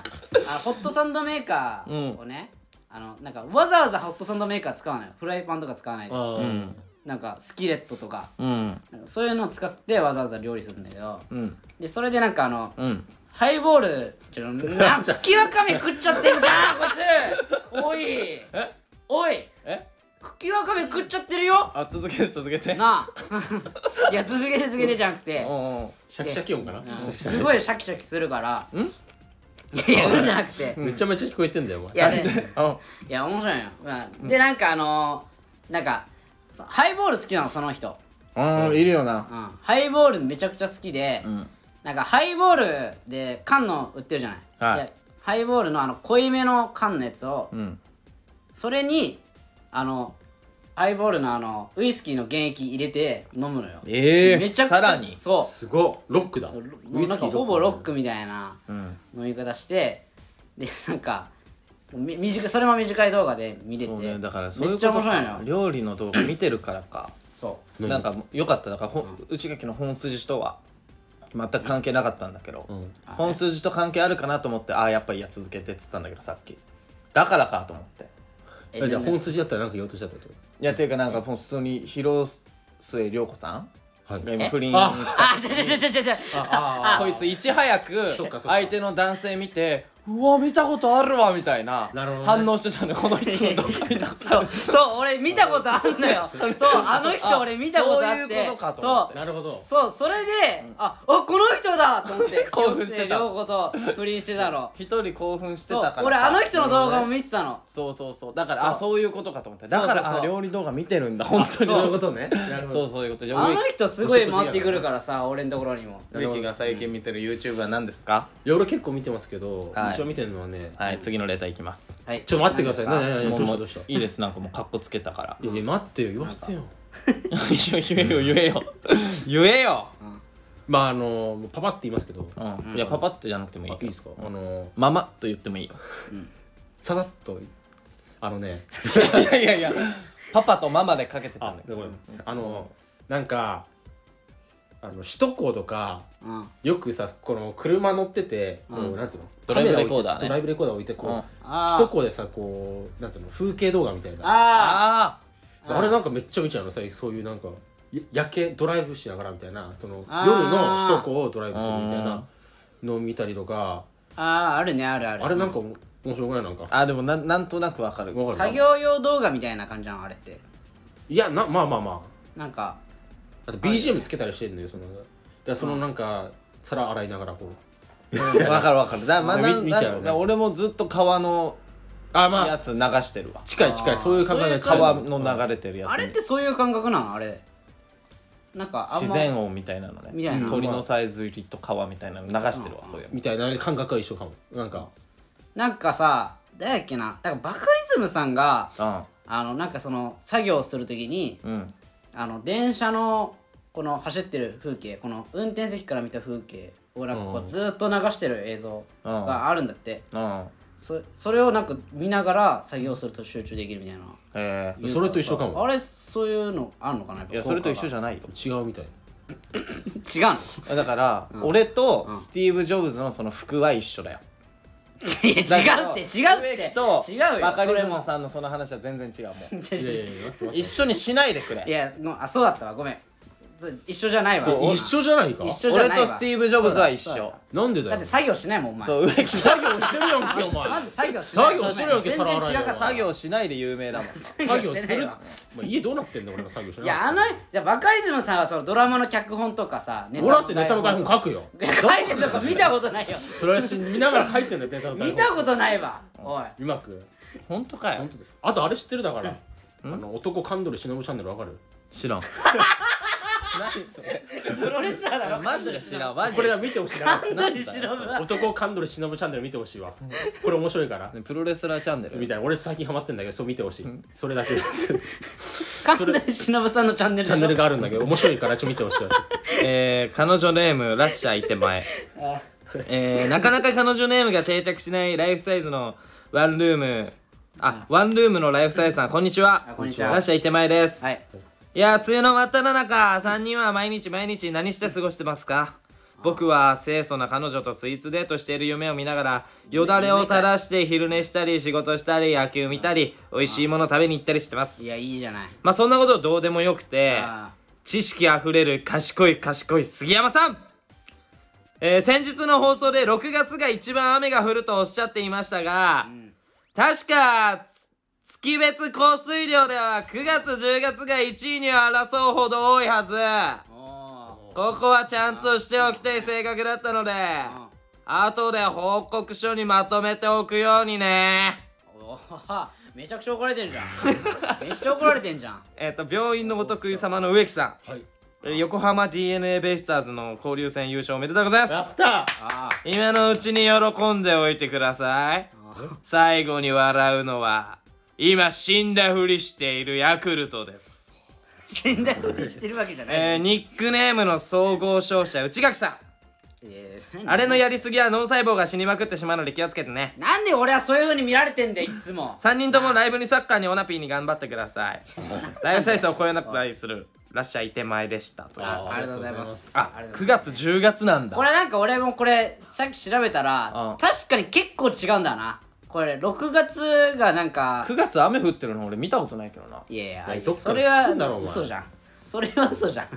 A: あホットサンドメーカーをね、あのなんかわざわざホットサンドメーカー使わないフライパンとか使わない
C: え
A: で
C: かう
B: ううんん
A: なんかスキレットとか
B: うん
A: なんかそういうのを使ってわざわざ料理するんだけど
B: うん
A: でそれでなんかあの
B: うん
A: ハイボールちょっと なっきわかめ食っちゃってるじゃんこいつおいおい
B: え
A: 茎わかめ食っちゃってるよ
B: あ続けて続けて
A: なあ いや続けて続けてじゃなくて
B: うんうん
C: シャキシャキ音かな
A: うんすごいシャキシャキするからんいやいやうんじゃなくて
C: めちゃめちゃ聞こえてんだよお
A: い
C: 前
A: やね
B: うん
A: いや面白いのよ、まあ、でなんかあのー、なんかそハイボール好きなのその人、
B: うんいるよな
A: うん、ハイボールめちゃくちゃ好きで、
B: うん
A: なんかハイボールで缶の売ってるじゃない、
B: はい
A: でハイボールのあの濃いめの缶のやつを
B: うん
A: それにあのハイボールのあのウイスキーの原液入れて飲むのよ
B: ええ
A: めちゃくちゃ
B: さらに
A: そう
C: すごいロックだ
A: もうなんかほぼロック
C: ウイスキー
A: みたいな
B: うん
A: 飲み方してでなんかみ短いそれも短い動画で見れて
B: そうねだからそうい
A: め
B: う
A: っちゃ
B: こと
A: 面白いの
B: か
A: よ
B: 料理の動画見てるからか
A: そう
C: 何
B: なんかよかっただからほん内垣の本筋とは全く関係なかったんだけど、
C: ん
B: 本筋と関係あるかなと思ってああやっぱりいや続けてっつったんだけどさっきだからかと思って
A: え
C: えじゃあ
A: でも
C: 本筋だったらなんか言おうとしちゃったってこ
B: いやっていうかなんかもう普通に広末涼子さん
C: とはい
B: が今不倫し
A: あちょちょちょちょちょちょ
B: たこいついち早く
C: そっかそっか
B: 相手の男性見てうわ見たことあるわみたいな
C: なるほどね
B: 反応してたんでこの人の動画見た
A: そうそう俺見たことあるのよそうあの人俺見たことあって
B: そういうことかと思っ
A: そう
B: て
C: なるほど
A: そうそれで、ああこの人だと思って
B: 興奮してた
A: 両子と不倫してたの
B: 一人興奮してた
A: そ
B: から
A: う
B: さ
A: 俺あの人の動画も見てたの、
B: そうそうそうだからあそういうことかと思って
A: そう
B: だ
A: そう
B: か
A: そう
B: らあ料理動画見てるんだ本当に
C: そういうことね
B: そ
C: そう
B: うそういうことじゃあ
A: あ
B: 植
A: の
B: 木
A: 人すごい回ってくるからさ俺のところにも
B: 植木が最近見てる YouTube は何ですか
C: いや俺結構見てますけど
B: はい
C: 一応見てるのはね
B: はい次のレターいきます
A: はい
C: ちょっと待ってください
A: 何ですか
C: ね
B: もうも
C: どうした
B: う
C: どうした
B: いいですなんかもうカッコつけたから
C: いやいや待ってよ言わせてよ
B: 言えよ言えよ言えよ、
C: まああのもうパパって言いますけどあ
B: うん、いやパパッとじゃなくてもいい
C: いい
B: けど
C: ですかあの
B: ママと言ってもいい
C: ささっとあのね
B: いやいやいやパパとママでかけてた
C: あ
B: んだけ
C: ご
B: ど
C: めんあのなんかあの首都高とか
A: うん
C: よくさこの車乗ってて、こうなんつうの
B: ドライブレコーダーね
C: カメラ置いてドライブレコーダー置いてこう、
B: うん
A: あー
C: 首都高でさこうなんつうの風景動画みたいなあ
A: あ
B: あ
C: れなんかめっちゃ見ちゃうの最近そういうなんかや夜景ドライブしながらみたいなその
A: あー
C: 夜の首都高をドライブするみたいなのを見たりとか
A: ーあーあるねあるある
C: あれなんか面白くないなんか
B: ーあーでもなんなんとなくわかる
C: わかる
A: 作業用動画みたいな感じなのあれって
C: いやなまあまあまあ
A: なんか
C: あと BGM つけたりしてんのよそのだからそのなんか皿洗いながらこ う
B: わかるわかるだまあ
C: 見
B: な
C: 見ちゃうよね
B: な俺もずっと川の
C: あま
B: や
C: あ
B: つ流してるわ
C: 近い近いそういう考えが近い
B: 川の流れてるやつに
A: あれってそういう感覚なのあれなんかあん
B: 自
A: ま
B: 然音みたいなのね
A: みたいな
B: 鳥のさえずりと川みたいなの流してるわそういう
C: みたいな感覚は一緒かもなんか
A: なんかさ誰だっけななんかバカリズムさんが
B: の
A: あのなんかその作業するときに
B: うんうん
A: あの電車のこの走ってる風景この運転席から見た風景をなんかこうずーっと流してる映像があるんだって
B: うん
A: そそれをなんか見ながら作業すると集中できるみたいな
B: え
C: それと一緒か
A: あ
C: も
A: れそういうのあるのかなやっぱ
B: ーいやそれと一緒
A: 効
B: じゃないよ
C: 違うみたい
A: 果が違う
B: だから俺とスティーブ・ジョブズのその服は一緒だよ
A: のいや違うって違うって
B: 植木と
A: 違うよ
B: バカリズ
A: それ
B: ム
A: も
B: さんのその話は全然違うも
A: 違う
C: い
A: 違う違う
C: やいやいや待って
B: う一緒にしないでく
A: い
B: れ
A: やごめんあそうだったわごめんそう一緒じゃないわ
C: 一緒じゃないか
A: 一緒じゃ
B: 俺
A: ないわ
B: とスティーブ・ジョブズは一
A: そうだ
B: 緒
C: なんでだ
A: だ
C: よ
A: って作業しないもんお前
B: そう植木と
C: 作業してるやんけお前
A: まず作業しない
C: 作業してるやんけ
A: 全
C: 皿
A: 然
C: 洗い
A: 違うから
C: ながら
B: 作業しないで有名だもん
C: 作業
A: して
C: す
A: ない
C: る
A: わ
C: お前家どうなってんだ俺が作業しない
A: いやあのじゃあバカリズムさんはそのドラマの脚本とかさネ
C: 俺だってネタの台本書くよ
A: いや書いてるとか見たことない よ
C: それはし見ながら書いてんだよネタ の台
A: 見
C: 本
A: たことないわおいう
C: まく
B: 本当かよ
C: 本当ですあとあれ知ってるだからあの男カンドル忍チャンネルわかる
B: 知らん何それ
A: プロレスラーだろ
B: マジで知らんマジ
C: こ
B: で知
C: れは
B: らん
C: 見てほしい
A: カ
C: な
A: ンドリ忍は
C: 男カンドル忍チャンネル見てほしいわこれ面白いから
B: プロレスラーチャンネ
C: み
B: ル
C: たいな俺最近ハマってんだけどそう見てほしいそれだけチ
A: カンドリ忍さんのチャンネルでし
C: ャ
A: ょ
C: ンネルがあるんだけど面白いからちょっと見てほしい
D: えー、彼女ネームラッシャーいて前えー、なかなか彼女ネームが定着しないライフサイズのワンルームあワンルームのライフサイズさんこんにちは
A: あこんにちは
D: ラッシャーいて前です、、
A: はいい
D: やー梅雨の真っ只中3人は毎日毎日何して過ごしてますか僕は清楚な彼女とスイーツデートしている夢を見ながらよだれを垂らして昼寝したり仕事したり野球見たり美味しいもの食べに行ったりしてます
A: いやいいじゃない
D: まあそんなことどうでもよくて
A: あ
D: 知識あふれる賢い賢い杉山さんえー先日の放送で6月が一番雨が降るとおっしゃっていましたが、確かつ月別降水量では9月10月が1位には争うほど多いはず
A: ーお
D: ここはちゃんとしておきたい性格だったので後で報告書にまとめておくようにね
A: ーおーめちゃくちゃ怒られてん じゃんめっちゃ怒られてんじゃん
D: えっ、と病院のお得意様の植木さん
C: はい
D: えー横浜 d n a ベイスターズの交流戦優勝おめでとうございます
C: やった
A: あ
D: 今のうちに喜んでおいてください
A: あ
D: 最後に笑うのは今死んだふりしているヤクルトです、
A: 死んだふりしてるわけじゃない
D: えー、ニックネームの総合勝者内垣さ
A: えー
D: んあれのやりすぎは脳細胞が死にまくってしまうので気をつけてね
A: なんで俺はそういう風に見られてんだよいっつも
D: 3人ともライブにサッカーにオナピーに頑張ってくださいライブサイズを超えなくたりするらっしゃい手前でしたという
A: あ
D: あ
A: ありがとうございますありがとうございます
D: 9月10月なんだ
A: これなんか俺もこれさっき調べたら
B: うん
A: 確かに結構違うんだなこれ6月がなんか
B: 9月雨降ってるの俺見たことないけどない
A: やいや
C: いやどっか
A: そ
C: ら
A: れ
C: 来てんだろ
A: は
C: お前
A: 嘘じゃんそれは嘘じゃん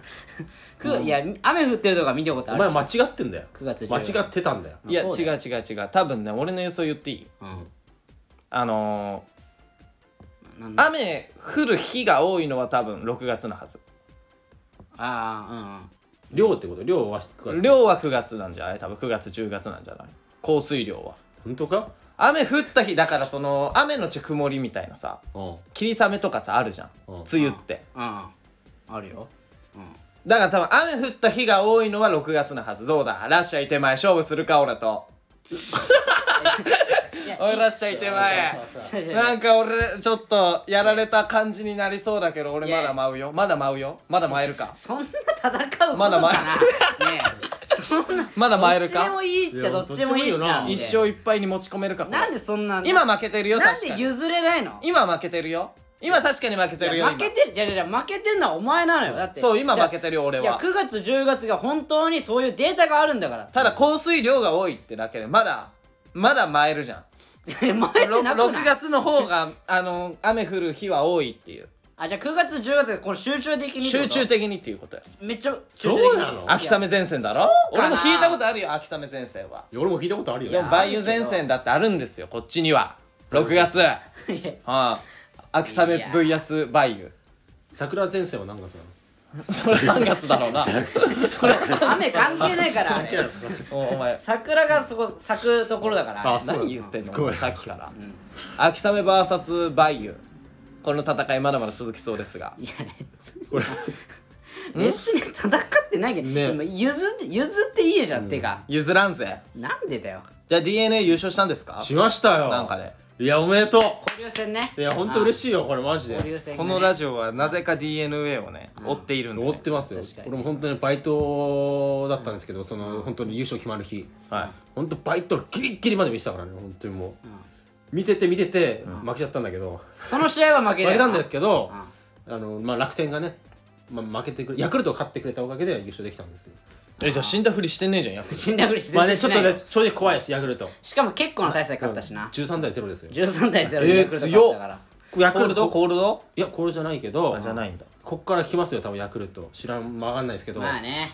A: くいや雨降ってるとか見たこと
C: お
A: ある
C: 前間違ってんだよ
A: 9月10
C: 間違ってたんだよ
B: いや
A: そう
B: 違
A: だ
B: う
A: よ
B: 違う違う多分ね俺の予想言っていいあのー
A: なん
B: 雨降る日が多いのは多分6月のはず
A: あ
C: 量ってこと量は9月
B: 量は9月なんじゃない多分9月10月なんじゃない降水量は
C: 本当か
B: 雨降った日だからその雨のち曇りみたいなさ
C: うん
B: 霧雨とかさあるじゃん
C: うん
B: 梅雨って
A: あうんうんあるよ
B: だから多分雨降った日が多いのは6月のはずどうだラッシャーいてまえ勝負するか俺とおいラッシャーいてまえなんか俺ちょっとやられた感じになりそうだけど俺まだ舞うよまだ舞うよまだ舞えるか
A: そんな戦うことか
B: まだ
A: な
B: ま
A: ねえ
B: まだ参
A: どっ
B: る
A: ちで
B: か
A: もいいっちゃどっちでもいいしな
C: も
A: んで
B: 一生いっぱいに持ち込めるかこれ
A: なんでそんな
B: 今負けてるよ
A: なん
B: 確
A: で
B: かに
A: 譲れないの
B: 今負けてるよ今確かに負けてる
A: い
B: よ
A: や負けてるじゃじゃじゃ負けてんのはお前なのよだって
B: 今そう今負け
A: て
B: てるよ俺
A: いや
B: は
A: 9月10月が本当にそういうデータがあるんだから
B: ただ降水量が多いってだけでまだまだ参るじゃん
A: え 前ってなくない
B: 6月の方があの雨降る日は多いっていう
A: あじゃあ9月10月がこの集中的にってこと
B: 集中的にっていうことや
A: めっちゃ集中的に
C: そうなの
B: 秋雨前線だろ
A: か
B: 俺
A: な
B: も聞いたことあるよ秋雨前線はい
C: や俺も聞いたことあるよ
B: いや梅雨前線だってあるんですよこっちには6月うん
A: いや
B: 秋雨 VS 梅
C: 桜前線は何月なの
B: 雨それは3月だろうな
A: 雨関係ない からあれ
B: おお前
A: 桜がそこ咲くところだからあ
C: あそう
B: 何言ってん
C: ごめ
B: の
C: ん
B: さっきから秋雨 VS 梅雨この戦いまだまだ続きそうですが
A: れいや 別に戦ってないけど、
C: ね
A: でも譲って譲っていいじゃん、てか
B: 譲らんぜ
A: なんでだよ
B: じゃあ DNA 優勝したんですか
C: しましたよ
B: なんかね
C: いやおめでと
A: 交流戦ね
C: ういや本当嬉
A: しい
C: しいよこれマジで
A: 交流戦、ね、
D: このラジオはなぜか DNA をね、追っているんで、
C: 追ってますよ
A: 確かに
C: 俺も本当にバイトだったんですけどその本当に優勝決まる日
D: は
C: 本当バイトギリッギリまで見せたからね本当にもう、見てて見てて負けちゃったんだけど、
A: その試合は負け
C: 負
A: だ
C: け
A: よ
C: た
A: なん
C: だけど、あのまあ、楽天がね、まあ、負けてくれヤクルトが勝ってくれたおかげで優勝できたんですよ
B: えじゃあ死んだふりしてねえじゃんやっぱ
A: 死んだふりして
C: まあ
A: 全
C: ね
A: 然
C: ち
A: し
C: ょっ
A: ない
C: とね正直怖いですヤクルト
A: しかも結構な大差で勝ったしな
C: 13対0ですよ
A: 13対0
B: え
A: でヤ
B: ー
A: クルト勝ったから、
C: ヤ
B: コールドコールド
C: いやこれじゃないけど
B: あじゃないんだ
C: こっから来ますよ多分ヤクルト知らん曲がんないですけど、
A: まあ ね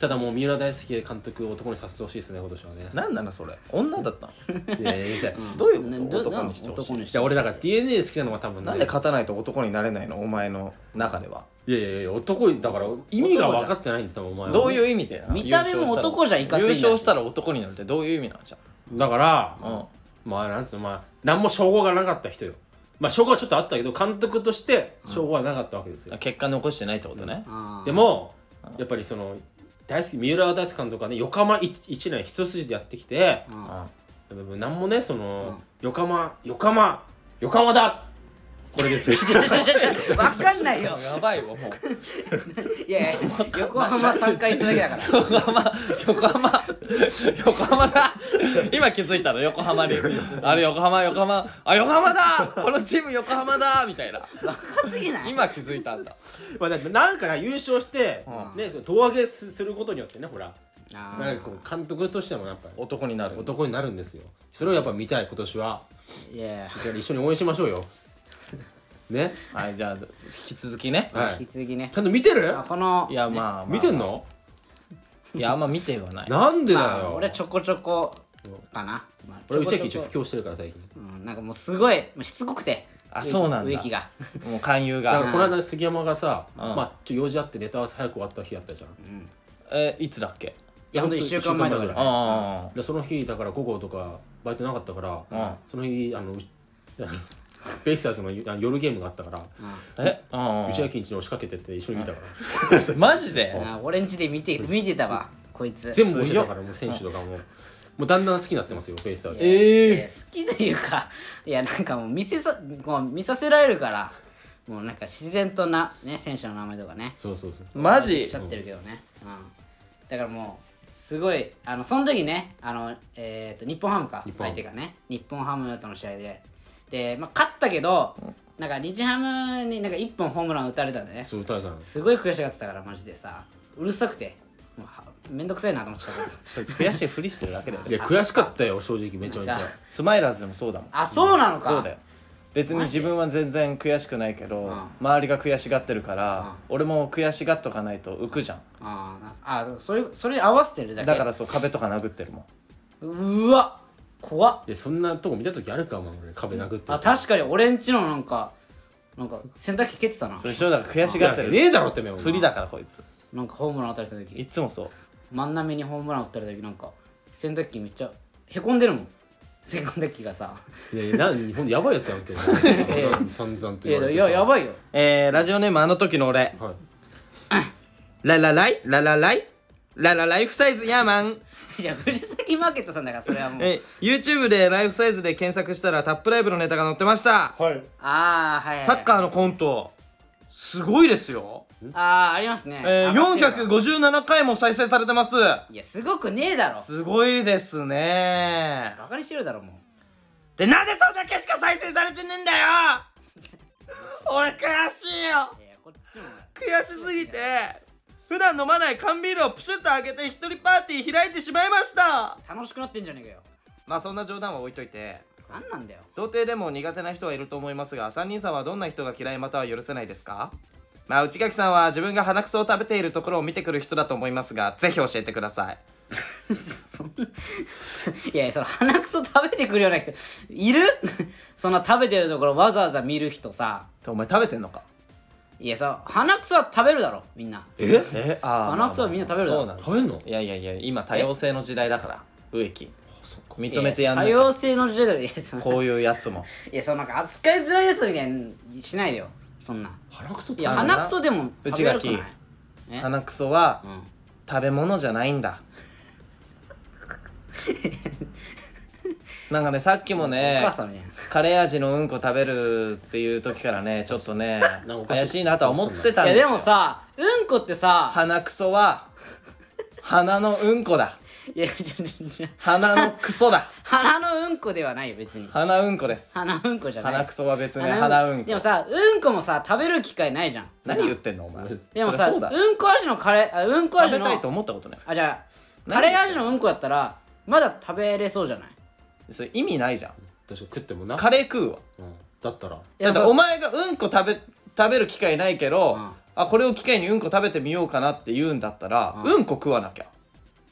C: ただもう三浦大輔監督を男にさせてほしいですね今年はね
B: なんなのそれ女だったの
C: いやいやいや
B: どういう
A: ね
B: こと
A: ど
B: 男にしてほしい
A: 男にし
C: じ
A: て
C: ゃあ
A: ほし
C: 俺だから DNA 好きなのは多分ね
B: なんで勝たないと男になれないのお前の中ではい
C: やいやいや男だから意味が分かってないんですよお前は
B: どういう意味で
A: 見た目も男じゃいかついん
B: 優
A: だし
B: 勝したら男になるってどういう意味なんじゃ
C: だから、
B: んうん
C: まあなんつうのまあ何も称号がなかった人よまあ称号はちょっとあったけど監督として称号はなかったわけですよ、
B: 結果残してないってことね、
A: あー
C: でもやっぱりその大好き三浦大輔監督はね横浜 1, 一年一筋でやってきて、なんもねその、横浜横浜横浜だこれですよ
A: ちょちょちょちょわかんないよ
B: やばいわもう
A: いやいや横浜3回行っただけだから
B: 横浜横浜横浜だ今気づいたの横浜にあれ横浜横浜あ横浜だこのチーム横浜だみたいな
A: 若すぎない
B: 今気づいたんだ
C: まあだってなんか優勝して、ねその胴上げすすることによってねほら
A: あ
C: なんかこう監督としてもやっぱり
B: 男になる
C: 男になるんですよそれをやっぱ見たい今年は
A: ーいやいや
C: だから一緒に応援しましょ うよね
B: はいじゃあ引き続きね
C: は
A: 引
C: い
A: き続きね
C: ちゃんと見てる
A: あこの
B: いやまあ、まあ、
C: 見てんの
B: いやあんま見てはない
C: なんでだ
A: まあ
C: よ
A: 俺ちょこちょこかな、まあ、
C: 俺内
A: ちょこ
C: 垣
A: ち
C: 一
A: ょ
C: 応
A: こ
C: 布教してるから最近
A: うん、なんかもうすごいもうしつこくて
B: あそうなんだ
A: 植木が
B: もう勧誘
C: だから
B: が
C: この間杉山がさまあちょっと用事あってネタ合わせ早く終わった日やったじゃん
B: えいつだっけ
C: いや
A: ほんと一週間前とかだよ
C: 一週間
B: あ
C: でその日だから午後とかバイトなかったから、
B: ん
C: その日あのう ベイスターズのあ夜ゲームがあったから
B: あえあ
C: 内垣んちに押しかけてって一緒に見たから
B: あマジで
A: あ俺んちで見て見てたわこいつ
C: 全部押してたからもう選手とかももうだんだん好きになってますよベイスターズ
B: え
A: いや好きというかいやなんかもう見せさこう見させられるからもうなんか自然となね選手の名前とかね
C: そうそうそう
B: マ
A: おっ
B: ジ
A: しゃってるけどね、うん、だからもうすごいあのその時ねあの、えー、と日本ハムか
C: 日本ハ
A: 相
C: ム
A: 手がね日本ハムとの試合でで、まあ、勝ったけどなんか日ハムになんか1本ホームラン打たれたんでね
C: そう歌えたの
A: すごい悔しがってたからマジでさうるさくてもうはめんどくせえなと思ってた けど
B: 悔しいふりしてるだけだよ
C: いや悔しかったよ正直めちゃめちゃ
A: なんか
B: スマイラーズでもそうだもん
A: あそうなのか
B: そうだよ別に自分は全然悔しくないけど
A: ん
B: 周りが悔しがってるから俺も悔しがっとかないと浮くじゃん
A: あーなあそれそれ合わせてるだけ
B: だからそう壁とか殴ってるもん
A: うわ怖っ
C: いやそんなとこ見た時あるかも俺壁殴って
A: あ確かに俺んちのなんかなんか洗濯機蹴ってたな
B: それしょだから悔しがって
C: ね
B: る
C: えだろってめえお前
B: ふりだからこいつ
A: なんかホームラン打たれた時
B: いつもそう
A: 真ん中にホームラン打たれた時なんか洗濯機めっちゃへこんでるもん洗濯機がさ
C: いやいやな日本でやばいやつやんけ
A: や
C: 散々と
A: い
C: 言
A: や
C: われ
A: い
C: て
A: や
C: さ
A: やばいよ
D: えー、ラジオネームあの時の俺
C: はい
D: ララライララライララライフサイズヤーマン
A: いや藤崎マーケットさんだからそれはもう
D: え YouTube でライフサイズで検索したらタップライブのネタが載ってました、
A: ああはいはいはい
D: サッカーのコントすごいですよ、
A: あーありますね、
D: えー、
A: 上がってるわ
D: 457回も再生されてます
A: いやすごくねえだろ
D: すごいですね
A: バカにしてるだろも
D: でなんでそんだけしか再生されてねえんだよ俺悔しいよ
A: ういやこっちも
D: 悔しすぎて普段飲まない缶ビールをプシュッと開けて一人パーティー開いてしまいました
A: 楽しくなってんじゃねえかよ
D: まあそんな冗談は置いといて
A: なんなんだよ
D: 童貞でも苦手な人はいると思いますが3人さんはどんな人が嫌いまたは許せないですかまあ内垣さんは自分が鼻くそを食べているところを見てくる人だと思いますがぜひ教えてください
A: そんないやいやその鼻くそ食べてくるような人いる そんな食べてるところわざわざ見る人さ
B: てお前食べてんのか
A: いやさ鼻くそは食べるだろみんな
C: え
B: えあー
A: 鼻くそはみんな食べるだろ
B: そうなの
C: 食べんの
B: いやいやいや今多様性の時代だから植木認めてやんないき
A: や
B: ゃ
A: 多様性の時代だろいやその
B: こういうやつも
A: いやそのなんか扱いづらいやつみたいにしないでよそんな
C: 腹くそ
A: いや
B: あのな
A: 鼻くそでも食べるくない
B: 内垣鼻くそは
A: うん
B: 食べ物じゃないんだなんかねさっきも
A: お
B: ね
A: 母さんみたいな
B: カレー味のうんこ食べるっていう時からねちょっとね
C: なんかおかしい
B: 怪しいなとは思ってたん
A: いや
B: で
A: で
B: すよ
A: もさうんこってさ
B: 鼻くそは鼻のうんこだ
A: いやちょちょちょ
B: 鼻のクソだ
A: 鼻のうんこではないよ別に
B: 鼻うんこです
A: 鼻うんこじゃない
B: 鼻くそは別に
A: 鼻
B: 鼻うん
A: で
B: こ
A: もさうんこもさ食べる機会ないじゃん
B: 何言ってんのお前
A: でも
B: そ
A: さ
B: り
A: う
B: ゃそうだ
A: んこ味のカレーあうんこ
B: 食
A: 味
B: べ
A: の
B: たいと思ったことない
A: あじゃあカレー味のうんこだったらまだ食べれそうじゃない
B: それ意味ないじゃん
C: 確かに食ってもな、
B: カレー食うわ
C: うん、だったら
A: いや
B: だって
A: そう
B: お前がうんこ食べ食べる機会ないけど、
A: うん
B: あこれを機会にうんこ食べてみようかなって言うんだったら、うん、こ食わなきゃ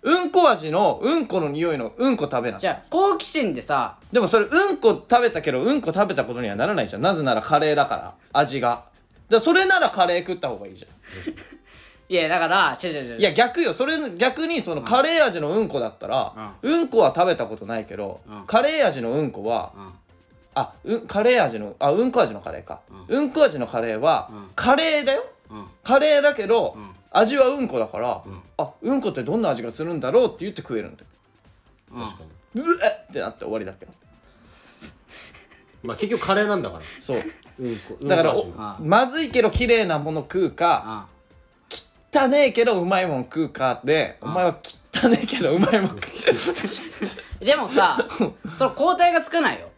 B: うんこ味のうんこの匂いのうんこ食べなき
A: じ
B: ゃ
A: ゃあ好奇心でさ
B: でもそれうんこ食べたけどうんこ食べたことにはならないじゃんなぜならカレーだから味がだからそれならカレー食った方がいいじゃん
A: いやだから違う違う違う
B: いや逆よそれ逆にそのカレー味のうんこだったら、うん、こは食べたことないけど、
A: うん
B: カレー味のうんこは、
A: ん
B: あうんカレー味のあうんこ味のカレーか、うん、こ味のカレーは、カレーだよ、
A: ん
B: カレーだけど、味はうんこだから、あうんこってどんな味がするんだろうって言って食えるんだよ
C: 確かに、
B: うえってなって終わりだけど
C: まあ結局カレーなんだから
B: そう
C: うんこ
B: だから、
C: うんこ味
A: あ
B: おまずいけど綺麗なもの食うか、
A: あ
B: 汚ねえけどうまいもん食うかでお前は汚ねえけどうまいもん食
A: でも さその抗体がつかないよ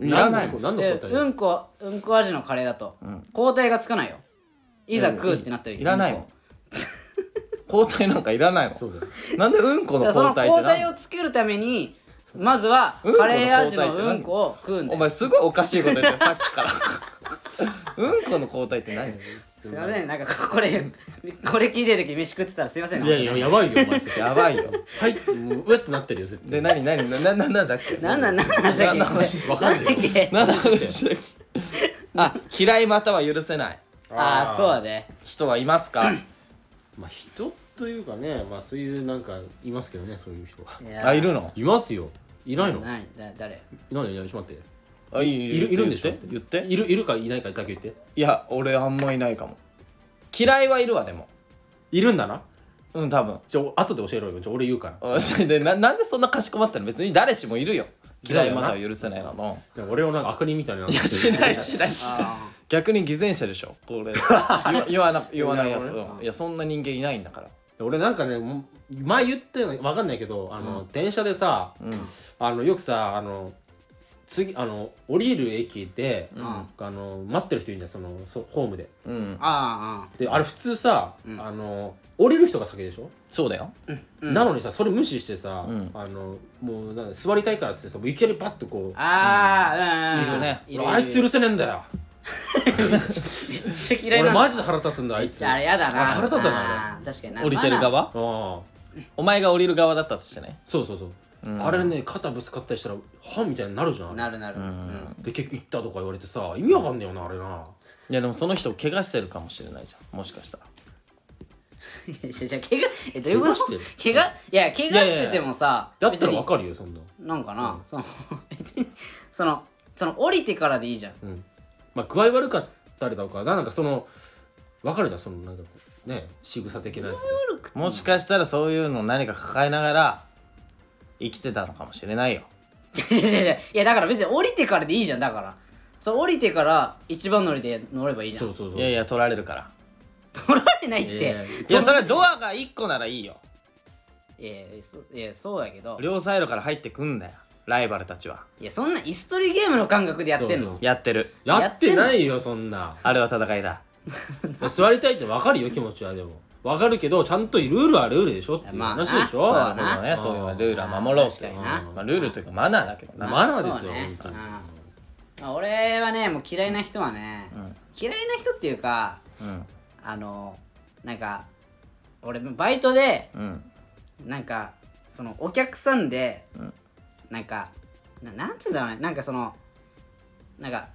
B: ういらない
C: 何の何の
A: で
C: 答え
A: うんこうんこ味のカレーだと抗体がつかないよいざ食うってなった時
B: いらないもん。抗体なんかいらないも
C: そうだよ
B: ん。なんでうんこの
A: だからその
B: 抗体って
A: 抗
B: なん
A: 体
B: だ
A: をつけるためにまずは
B: うんこの
A: カレー味
B: 抗体っ
A: の
B: て何
A: うんこを食うんだ
B: お
A: よ
B: 前すごいおかしいこと言ってる さっきから。うんこの抗体って何
A: すいませんなんかこれこれ聞いてる時飯食ってたらすいません
C: いやいややばいよお前それ
B: やばいよ。
C: はいもううえってなってるよ絶対
B: で、何何な、な、な、なんだっけ
A: なんなんなんなんだっけ
B: 何の話
A: わかんないなんだっけ
B: 何の話してるあ、嫌いまたは許せない
A: ああそうだね
B: 人はいますか
C: まあ人というかねまあそういうなんかいますけどねそういう人は
A: や
B: あ、いるの
C: いますよいないのい
A: 何だ誰
C: ないのいないのちょっと待って
B: あ、い
C: いるいるんでしょ
B: 言って言って。
C: いるいるかいないかだけ言って
B: いや、俺あんまいないかも。嫌いはいるわ、でも。
C: いるんだな
B: うん、多分。
C: じゃあ後で教えろよじゃあ俺言うから
B: あそれでななんでそんなかしこまったの別に誰しもいるよ
C: 嫌
B: 嫌
C: い
B: い
C: だな
B: または許せないなの
C: でも俺をなんか悪人みたいない
B: いやしないし ないしない逆に偽善者でしょこれ言わ言わな言わないやつをいやそんな人間いないんだから
C: 俺なんかねもう前言ったようなわかんないけどあの、電車でさ、あのよくさあの次あの降りる駅で、あの待ってる人いるじゃんそのそホームで
B: うん
A: あ
C: であれ普通さ、あの降りる人が先でしょ、
B: そうだよ
C: なのにさそれ無視してさ、
B: ん
C: あのもうなんか座りたいからっつってさもういきなりパッとこう
A: あああうんうんうん
B: ね
A: いるいる
C: あいつ許せねえんだよ
A: めっちゃ嫌い
C: 俺
A: な
C: マ
A: ジ
C: ジで腹立つんだあいつ
A: あれやだな
C: あ腹立ったなあれ
A: あー確かにな
B: 降りてる
A: まあ
B: 側
C: ああ
B: お前が降りる側だったとしてね
C: そうそうそう、あれね肩ぶつかったりしたらはみたいになるじゃんあれ
A: ななるなるうん
C: で結局行ったとか言われてさ意味わかんねえよなあれない
B: やでもその人怪我してるかもしれないじゃんもしかしたら
A: い やじゃあ怪我えどういうこと
C: 怪我
A: 怪我いや怪我しててもさ
C: だったら
A: 別
C: わ
A: に
C: かるよそんな
A: なんかなその 別にそのその降りてからでいいじゃん
C: うんまあ具合悪かったりだとかなんかそのわかるじゃんそのなんかね仕草的なやつで
B: もしかしたらそういうのを何か抱えながら生きてたのかもしれないよ
A: いやいやいやいやだから別に降りてからでいいじゃんだからそう降りてから一番乗りで乗ればいいじゃん
C: そうそうそう
B: いやいや取られるから
A: 取られないって、
B: いやそれはドアが1個ならいいよ
A: いやいやそういやそうだけど
B: 両サイドから入ってくんだよライバルたちはい
A: やそんな椅子取りゲームの感覚でやってん
C: そう
A: の
B: やってる
C: やってないよそんな
B: あれは戦いだ
C: 座りたいってわかるよ気持ちはでもわかるけどちゃんとルールはルールでしょっていう
A: まあな
C: 話でしょ、
A: そう
B: な
A: だ
B: るほどね
C: あー
B: そういうルールは守ろうって
A: 確かにな
B: まあ、ルールというかマナーだけどな、
C: まマナーです
A: そ
C: よ
A: うね
C: 本当に
A: うんまあ、俺はねもう嫌いな人はね、嫌いな人っていうか
B: うん
A: あのなんか俺バイトで
B: うん
A: なんかそのお客さんで、なんかななんつうんだろうねなんかそのなんか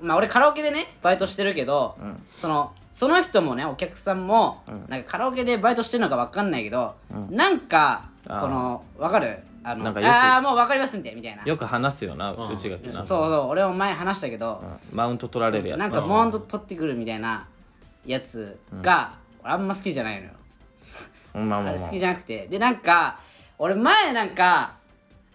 A: まあ俺カラオケでねバイトしてるけど、そのその人もねお客さんも、なんかカラオケでバイトしてるのかわかんないけど、なんか
B: あー
A: そのわかるあの
B: なんかよく
A: ああもうわかりますんでみたいな
B: よく話すよな
C: うん
B: うちがき
A: そう
B: な
A: そう俺も前話したけど、
B: うんマウント取られるやつ
A: なんかモンと取ってくるみたいなやつが、俺あんま好きじゃないのよ
B: うんまあま
A: あ
B: あ
A: れ
B: ま
A: 好
B: あ
A: きじゃなくてでなんか俺前なんか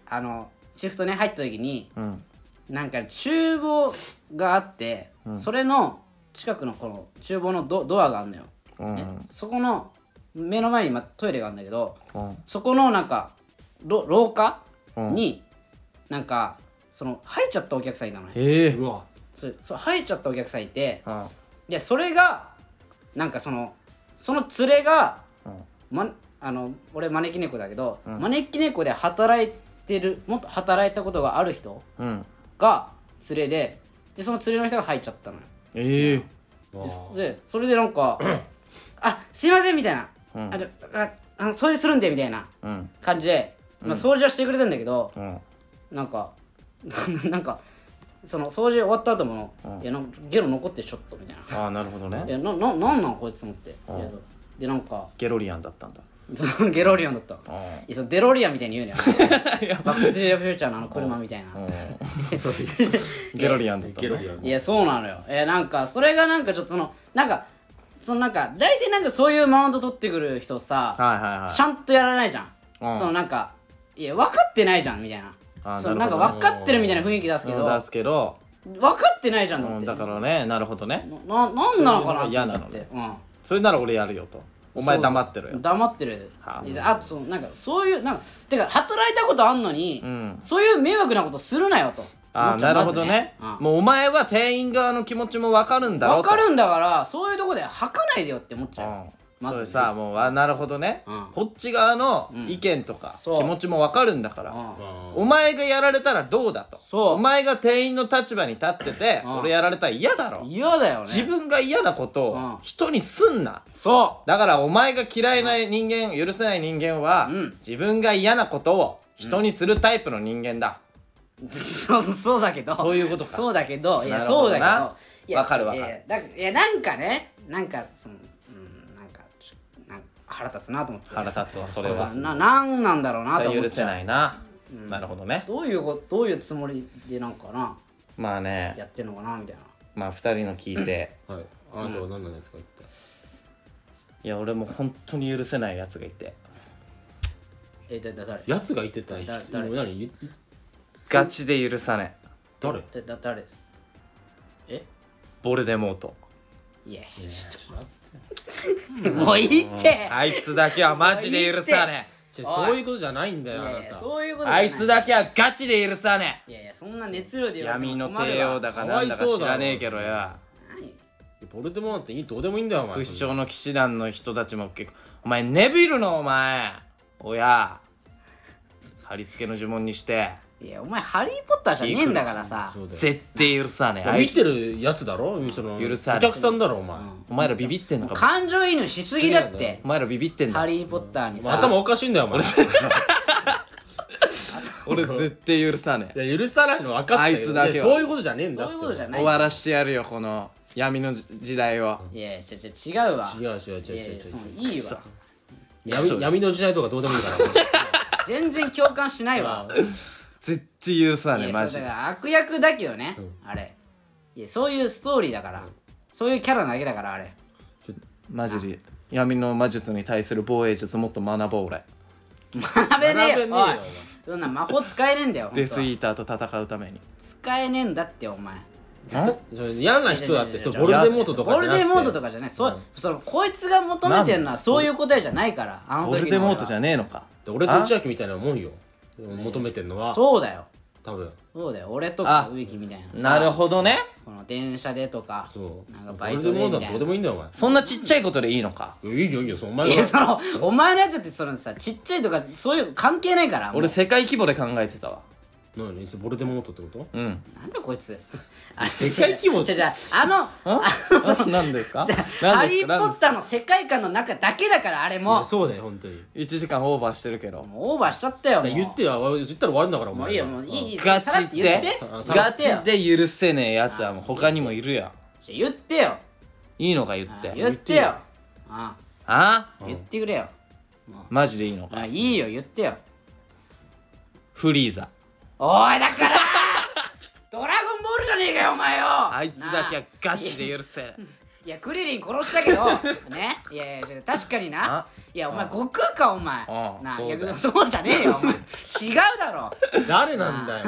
A: あのシフトね入った時に
B: うん
A: なんか厨房があって、それの近くのこの厨房のドドアがあるのよ、
B: うん
A: ねそこの目の前に、ま、トイレがあるんだけど
B: うん
A: そこのなんかろ廊下
B: うん
A: に、なんかその入っちゃったお客さんいたのね
B: ええ
C: うわ
A: そうそう入っちゃったお客さんいて
B: うん
A: でそれがなんかそのその連れが
B: うん
A: ま、あの俺招き猫だけど、招き猫で働いてるもっと働いたことがある人
B: うん
A: が連れででその連れの人が入っちゃったのよ
B: ええ
A: でそれでなんか「あすいません」みたいな「あでああの掃除するんで」みたいな
B: うん
A: 感じで、まあ、掃除はしてくれたんだけど、
B: うん
A: なんか なんかその掃除終わった後も「いやなんかゲロ残ってるちょっと」みたいな
B: ああなるほど
A: 「い
B: ね
A: やなななんなんこいつ」と思って、いやでなんか
B: ゲロリアンだったんだ
A: そのゲロリオンだった
B: うん
A: いやそのデロリアンみたいに言うねバック・トゥ・ザ・フューチャーのあの車みたいな
B: うんゲロリアンだった
C: ゲ
B: ん
C: ロ
B: だ
C: リアン
A: いやそうなのよえーなんかそれがなんかちょっとそのなんかそのなんか大体なんかそういうマウント取ってくる人さ
B: はいはいはい
A: ちゃんとやらないじゃん、
B: うん
A: そのなんかいや分かってないじゃんみたい
B: あ
A: な
B: ー
A: そのな
B: な
A: ん
B: る
A: か
B: ほど
A: 分かってるみたいな雰囲気出すけど
B: うん出
A: 分
B: すけど
A: かってないじゃんと
B: う
A: 思っ
B: ん
A: て、
B: だからねなるほどね
A: なななんなのかな
B: そういうのが嫌
A: と
B: な
A: 思
B: の
A: って
B: ね
A: うん
B: それなら俺やるよとお前黙ってろよ
A: 黙ってる
B: はあ
A: いやあとそのなんかそういうなんかてか働いたことあんのに、
B: ん
A: そういう迷惑なことするなよと
B: あ
A: 思
B: あ
A: っちゃ
B: な
A: う
B: るほどね
A: まずうん
B: もうお前は店員側の気持ちも分かるんだろ
A: わ
B: うと
A: かるんだからそういうとこで吐かないでよって思っち
B: う
A: ゃ
B: ん
A: まず
B: それさもうあなるほどね
A: うん
B: こっち側の意見とか気
A: そう
B: 持ちも分かるんだか
A: う、
B: ら
A: うん
B: お前がやられたらどうだと
A: そう
B: お前が店員の立場に立ってて
A: うん
B: それやられたら嫌だろ
A: 嫌だよね
B: 自分が嫌なこと
A: うん
B: を人にすんな
A: そ
B: だからお前が嫌いな人間許せない人間は
A: うん
B: 自分が嫌なことを人にするタイプの人間だ
A: うそうそうだけど
B: そういうことか
A: そうだけどいや
B: なるほ
A: そう
B: ど
A: だけ
B: な
A: どいや
B: わかるわかる
A: いやだいやなんかねなんかそのうんなんかちょなんか腹立つなと思って
B: 腹立つわそれ
A: 腹
B: は
A: 立つななんなんだろうな
B: そ
A: と
B: れ
A: 思っ
B: 許
A: ち
B: せ
A: ゃう
B: ないななるほどね
A: どういうこどういうつもりでなんかな
B: まあね
A: やってんのかなみたいな
B: まあ2人の聞いて
C: はいあなたは何なんですか一体
B: いや俺も本当に許せないやつがいて
A: えだだ誰
C: やつがいてた人
A: だ誰
C: もう何い
B: ガチで許さねえ
C: 誰
A: だだ誰ですえ
B: ボルデモート
A: いやちょっともういいって
B: あいつだけはマジで許さね
C: 違う
A: おい
C: そういうことじゃないんだ
A: い
C: よあ
A: や
C: ない
A: や
C: た
A: そういうこと
B: え
A: じゃな
B: あいつだけはガチで許さね
A: いやいやそんな熱量で
B: え
A: 言われても
B: 闇の
A: 困るわ
B: 帝王だかなんだか知らねえけどよ
A: 何
C: ボルデモーなんていいどうでもいいんだよお前
B: 不死鳥の騎士団の人たちも結構お前ネビルのお前親貼り付けの呪文にして
A: いやお前ハリー・ポッターじゃねえんだからさ
C: そうだよ
B: 絶対許さねえあい
C: 見
B: つ
C: てるやつだろその
B: 許さな
C: お
B: い
C: 客さんだろお前
B: お前らビビってんのか
A: 感情移入しすぎだっ
C: しすぎなん
A: て
B: お前らビビってん
A: ハ
B: だ
A: リー・ポッターにさ
C: 頭おかしいんだよお前
B: 俺絶対許さねえ
C: いや許さないの分かったよ
B: あいつだけは
C: やそういうことじゃねえんだ
A: そう
C: って
A: いうことじゃない
B: 終わらしてやるよこの闇のじ時代を
A: いやいやちょちょ違うわ
C: 違う違う違う
A: いやい
C: 違う
A: や
C: 違
A: そうのいいわ
C: 闇闇の時代とかどうでもいいから
A: 全然共感しないわ
B: 絶対許さ
A: い
B: ねえ
A: やそ
B: マジ
A: うだ
B: で
A: から悪役だけどねあれいやそういうストーリーだからそういうキャラなだけだからあれ
B: マジで闇の魔術に対する防衛術もっと学ぼう俺
A: 学べねえ
C: 学
A: よ
C: べねえよ
A: おいそんな魔法使えねえんだよ
B: デス
A: 本
B: イーターと戦うために
A: 当は使えねえんだってお前
C: それ嫌な人だってそうボルデモートとか
A: ボルデモート
C: か
A: とかじゃない、そうそのこいつが求めてるのはそういう答えじゃないからあの時の
B: ボルデモートじゃ
A: ん
B: ねえのか
C: 俺と千秋みたいなもんよ求めてるのは
A: そうだよ
C: 多分
A: そうだよ俺とか植木みたいな
B: なるほどね
A: この電車でとか
C: そう
A: なんか
C: ボ
A: バイ
C: ル
A: ト
C: デ
A: で
C: モート
A: み
C: は
A: たい
C: どうで
A: な
C: もいいんだよお前
B: そんなちっちゃいことでいいのか
C: いいよいいよそのお前
A: い
C: が
A: やそのお前のやつってそのさちっちゃいとかそういう関係ないからもう
B: 俺世界規模で考えてたわ
C: 何ボルデモートってこと
B: うん
A: なんだこいつあ世
C: 界規模
A: じゃじゃあの
B: あ 何ですか
A: じゃあハ
B: 何で
A: リ
B: す
A: ー・
B: か何
A: ポ
B: で
A: ッ
B: すか
A: ターの世界観の中だけだからあれも
C: そうだよ本当に
B: 1時間オーバーしてるけど
A: もうオーバーしちゃったよもう
C: 言ってよ言ったら終わるんだからお
A: も
C: 前
A: ういいよもういいい
B: ガ
A: さ
B: チ
A: らっ言
B: ってて
A: って
C: さ
A: ら
B: ガ
A: っと言
B: チ
A: って
B: で許せねえやつはもう他にもいるやん
A: 言ってよ
B: いいのか言っ
A: あ
B: て
A: 言ってよあ
B: あ
A: 言ってくれよ
B: マジでいいのか
A: あいいよ言ってよ
B: フリーザ
A: おいだから ドラゴンボールじゃねえかよお前よ
B: あいつだけはガチで許せ
A: いやクリリン殺したけ どねいやいや確かにな
B: あ
A: いやお前
B: あ
A: 悟空かお前
B: あ
A: な
B: そう
A: い
B: だよ
A: やそうじゃねえよお前違うだろ
C: 誰なんだよ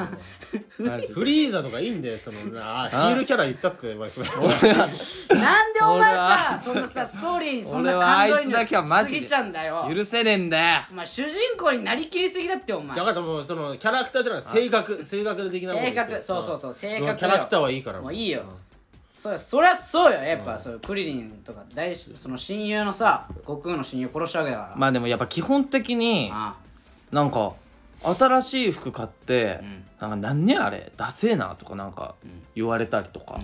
B: マジ
C: フリーザとかいいんだ よそのなあヒールキャラ言ったってお前それ
A: なんでお前さそん
B: 俺
A: な
B: は
A: さストーリーにそん
B: 俺
A: な
B: は
A: 感
B: あ
A: 情
B: いつだけはマ
A: にしす
B: ジ
A: ぎ
B: で
A: ちゃうんだよ
B: 許せねえんだ
A: お前主人公になりきりすぎだってお前
C: じゃあ分かったもうそのキャラクターじゃない性格性格的なもん
A: 性格そうそうそう性格だよ
C: キャラクターはいいから
A: もういいよそそりゃそうよやっぱ、そうクリリンとか大しその親友のさ悟空の親友殺したわけだから
B: よまあでもやっぱ基本的に
A: あ
B: なんか新しい服買って、
A: ん
B: なんかなんねあれダセえなとかなんか言われたりとか、
A: ん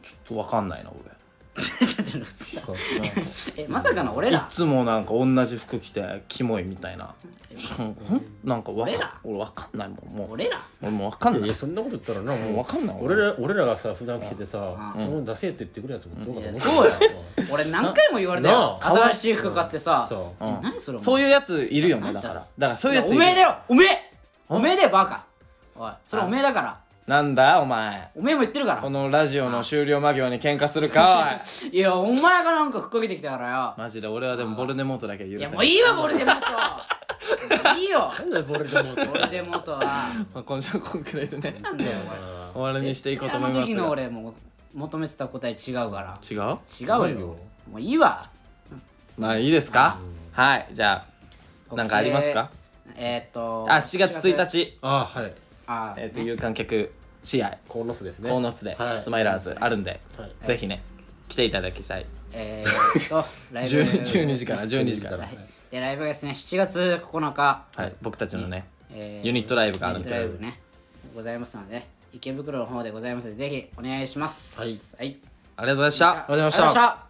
B: ちょっと分かんないな俺い
A: あちょちょちょ嘘だえまさかの俺ら
B: つもなんか同じ服着てキモいみたいなちょ んなんかわ
A: 俺
B: から俺分かんないもんもう
A: 俺ら
B: 俺もう分かんないい
C: やそんなこと言ったらなも
B: もう分かんない
C: 俺ら俺らがさ普段着ててさその出せって言ってくるやつもどうかと思
A: いや
C: って
A: そうだよ俺何回も言われたよ
C: なあ
A: 新しい服買ってさ
C: そ
A: え何それ
B: そういううやついるよねだ
A: なん
B: か
A: だ
B: ら
A: それ
B: だからそういうや
A: お
B: ついる
A: めえだよおめえおめえだよバカおいそれおめえだから
B: なんだお前
A: おめえも言ってるから
B: このラジオの終了間際に喧嘩する かおい
A: いやお前がなんか吹っかけてきたからよ
B: マジで俺はでもボルデモートだけは許
A: い
B: せ
A: や
B: ない
A: もういいわボルデモートいいよ
C: うなんだよボル デモート
A: ボルデモートは
B: まあ今週はこんくらいでね
A: なんだよ
B: 終わりにしていこうと
A: あ
B: 思
A: の
B: います
A: 時の
B: が
A: 俺も求めてた答え違うから
B: 違う
A: 違う
C: ない
A: よ
C: よ
A: もういいわ
B: まあいいですかはいじゃあなんかありますか
A: えーっと
B: あ7月1日
C: あはい
A: あ
B: えっと有観客試合
C: コーノスですね
B: コーノスで
C: はい
B: スマイラーズあるんで
C: はい
B: ぜひね来ていただきたい
A: えー っとライブ
B: 10 12時から12時から
C: は
B: はいい
A: でライブがですね7月9日、
B: はい僕たちのね
A: えー
B: ユニットライブがある
A: ユ
B: ん
A: ニットライブ
B: で
A: ねございますので池袋の方でございますのでぜひお願いします
C: はい
A: はい、
B: ありがとうございました
C: ありがとうございました
A: ありがとうございました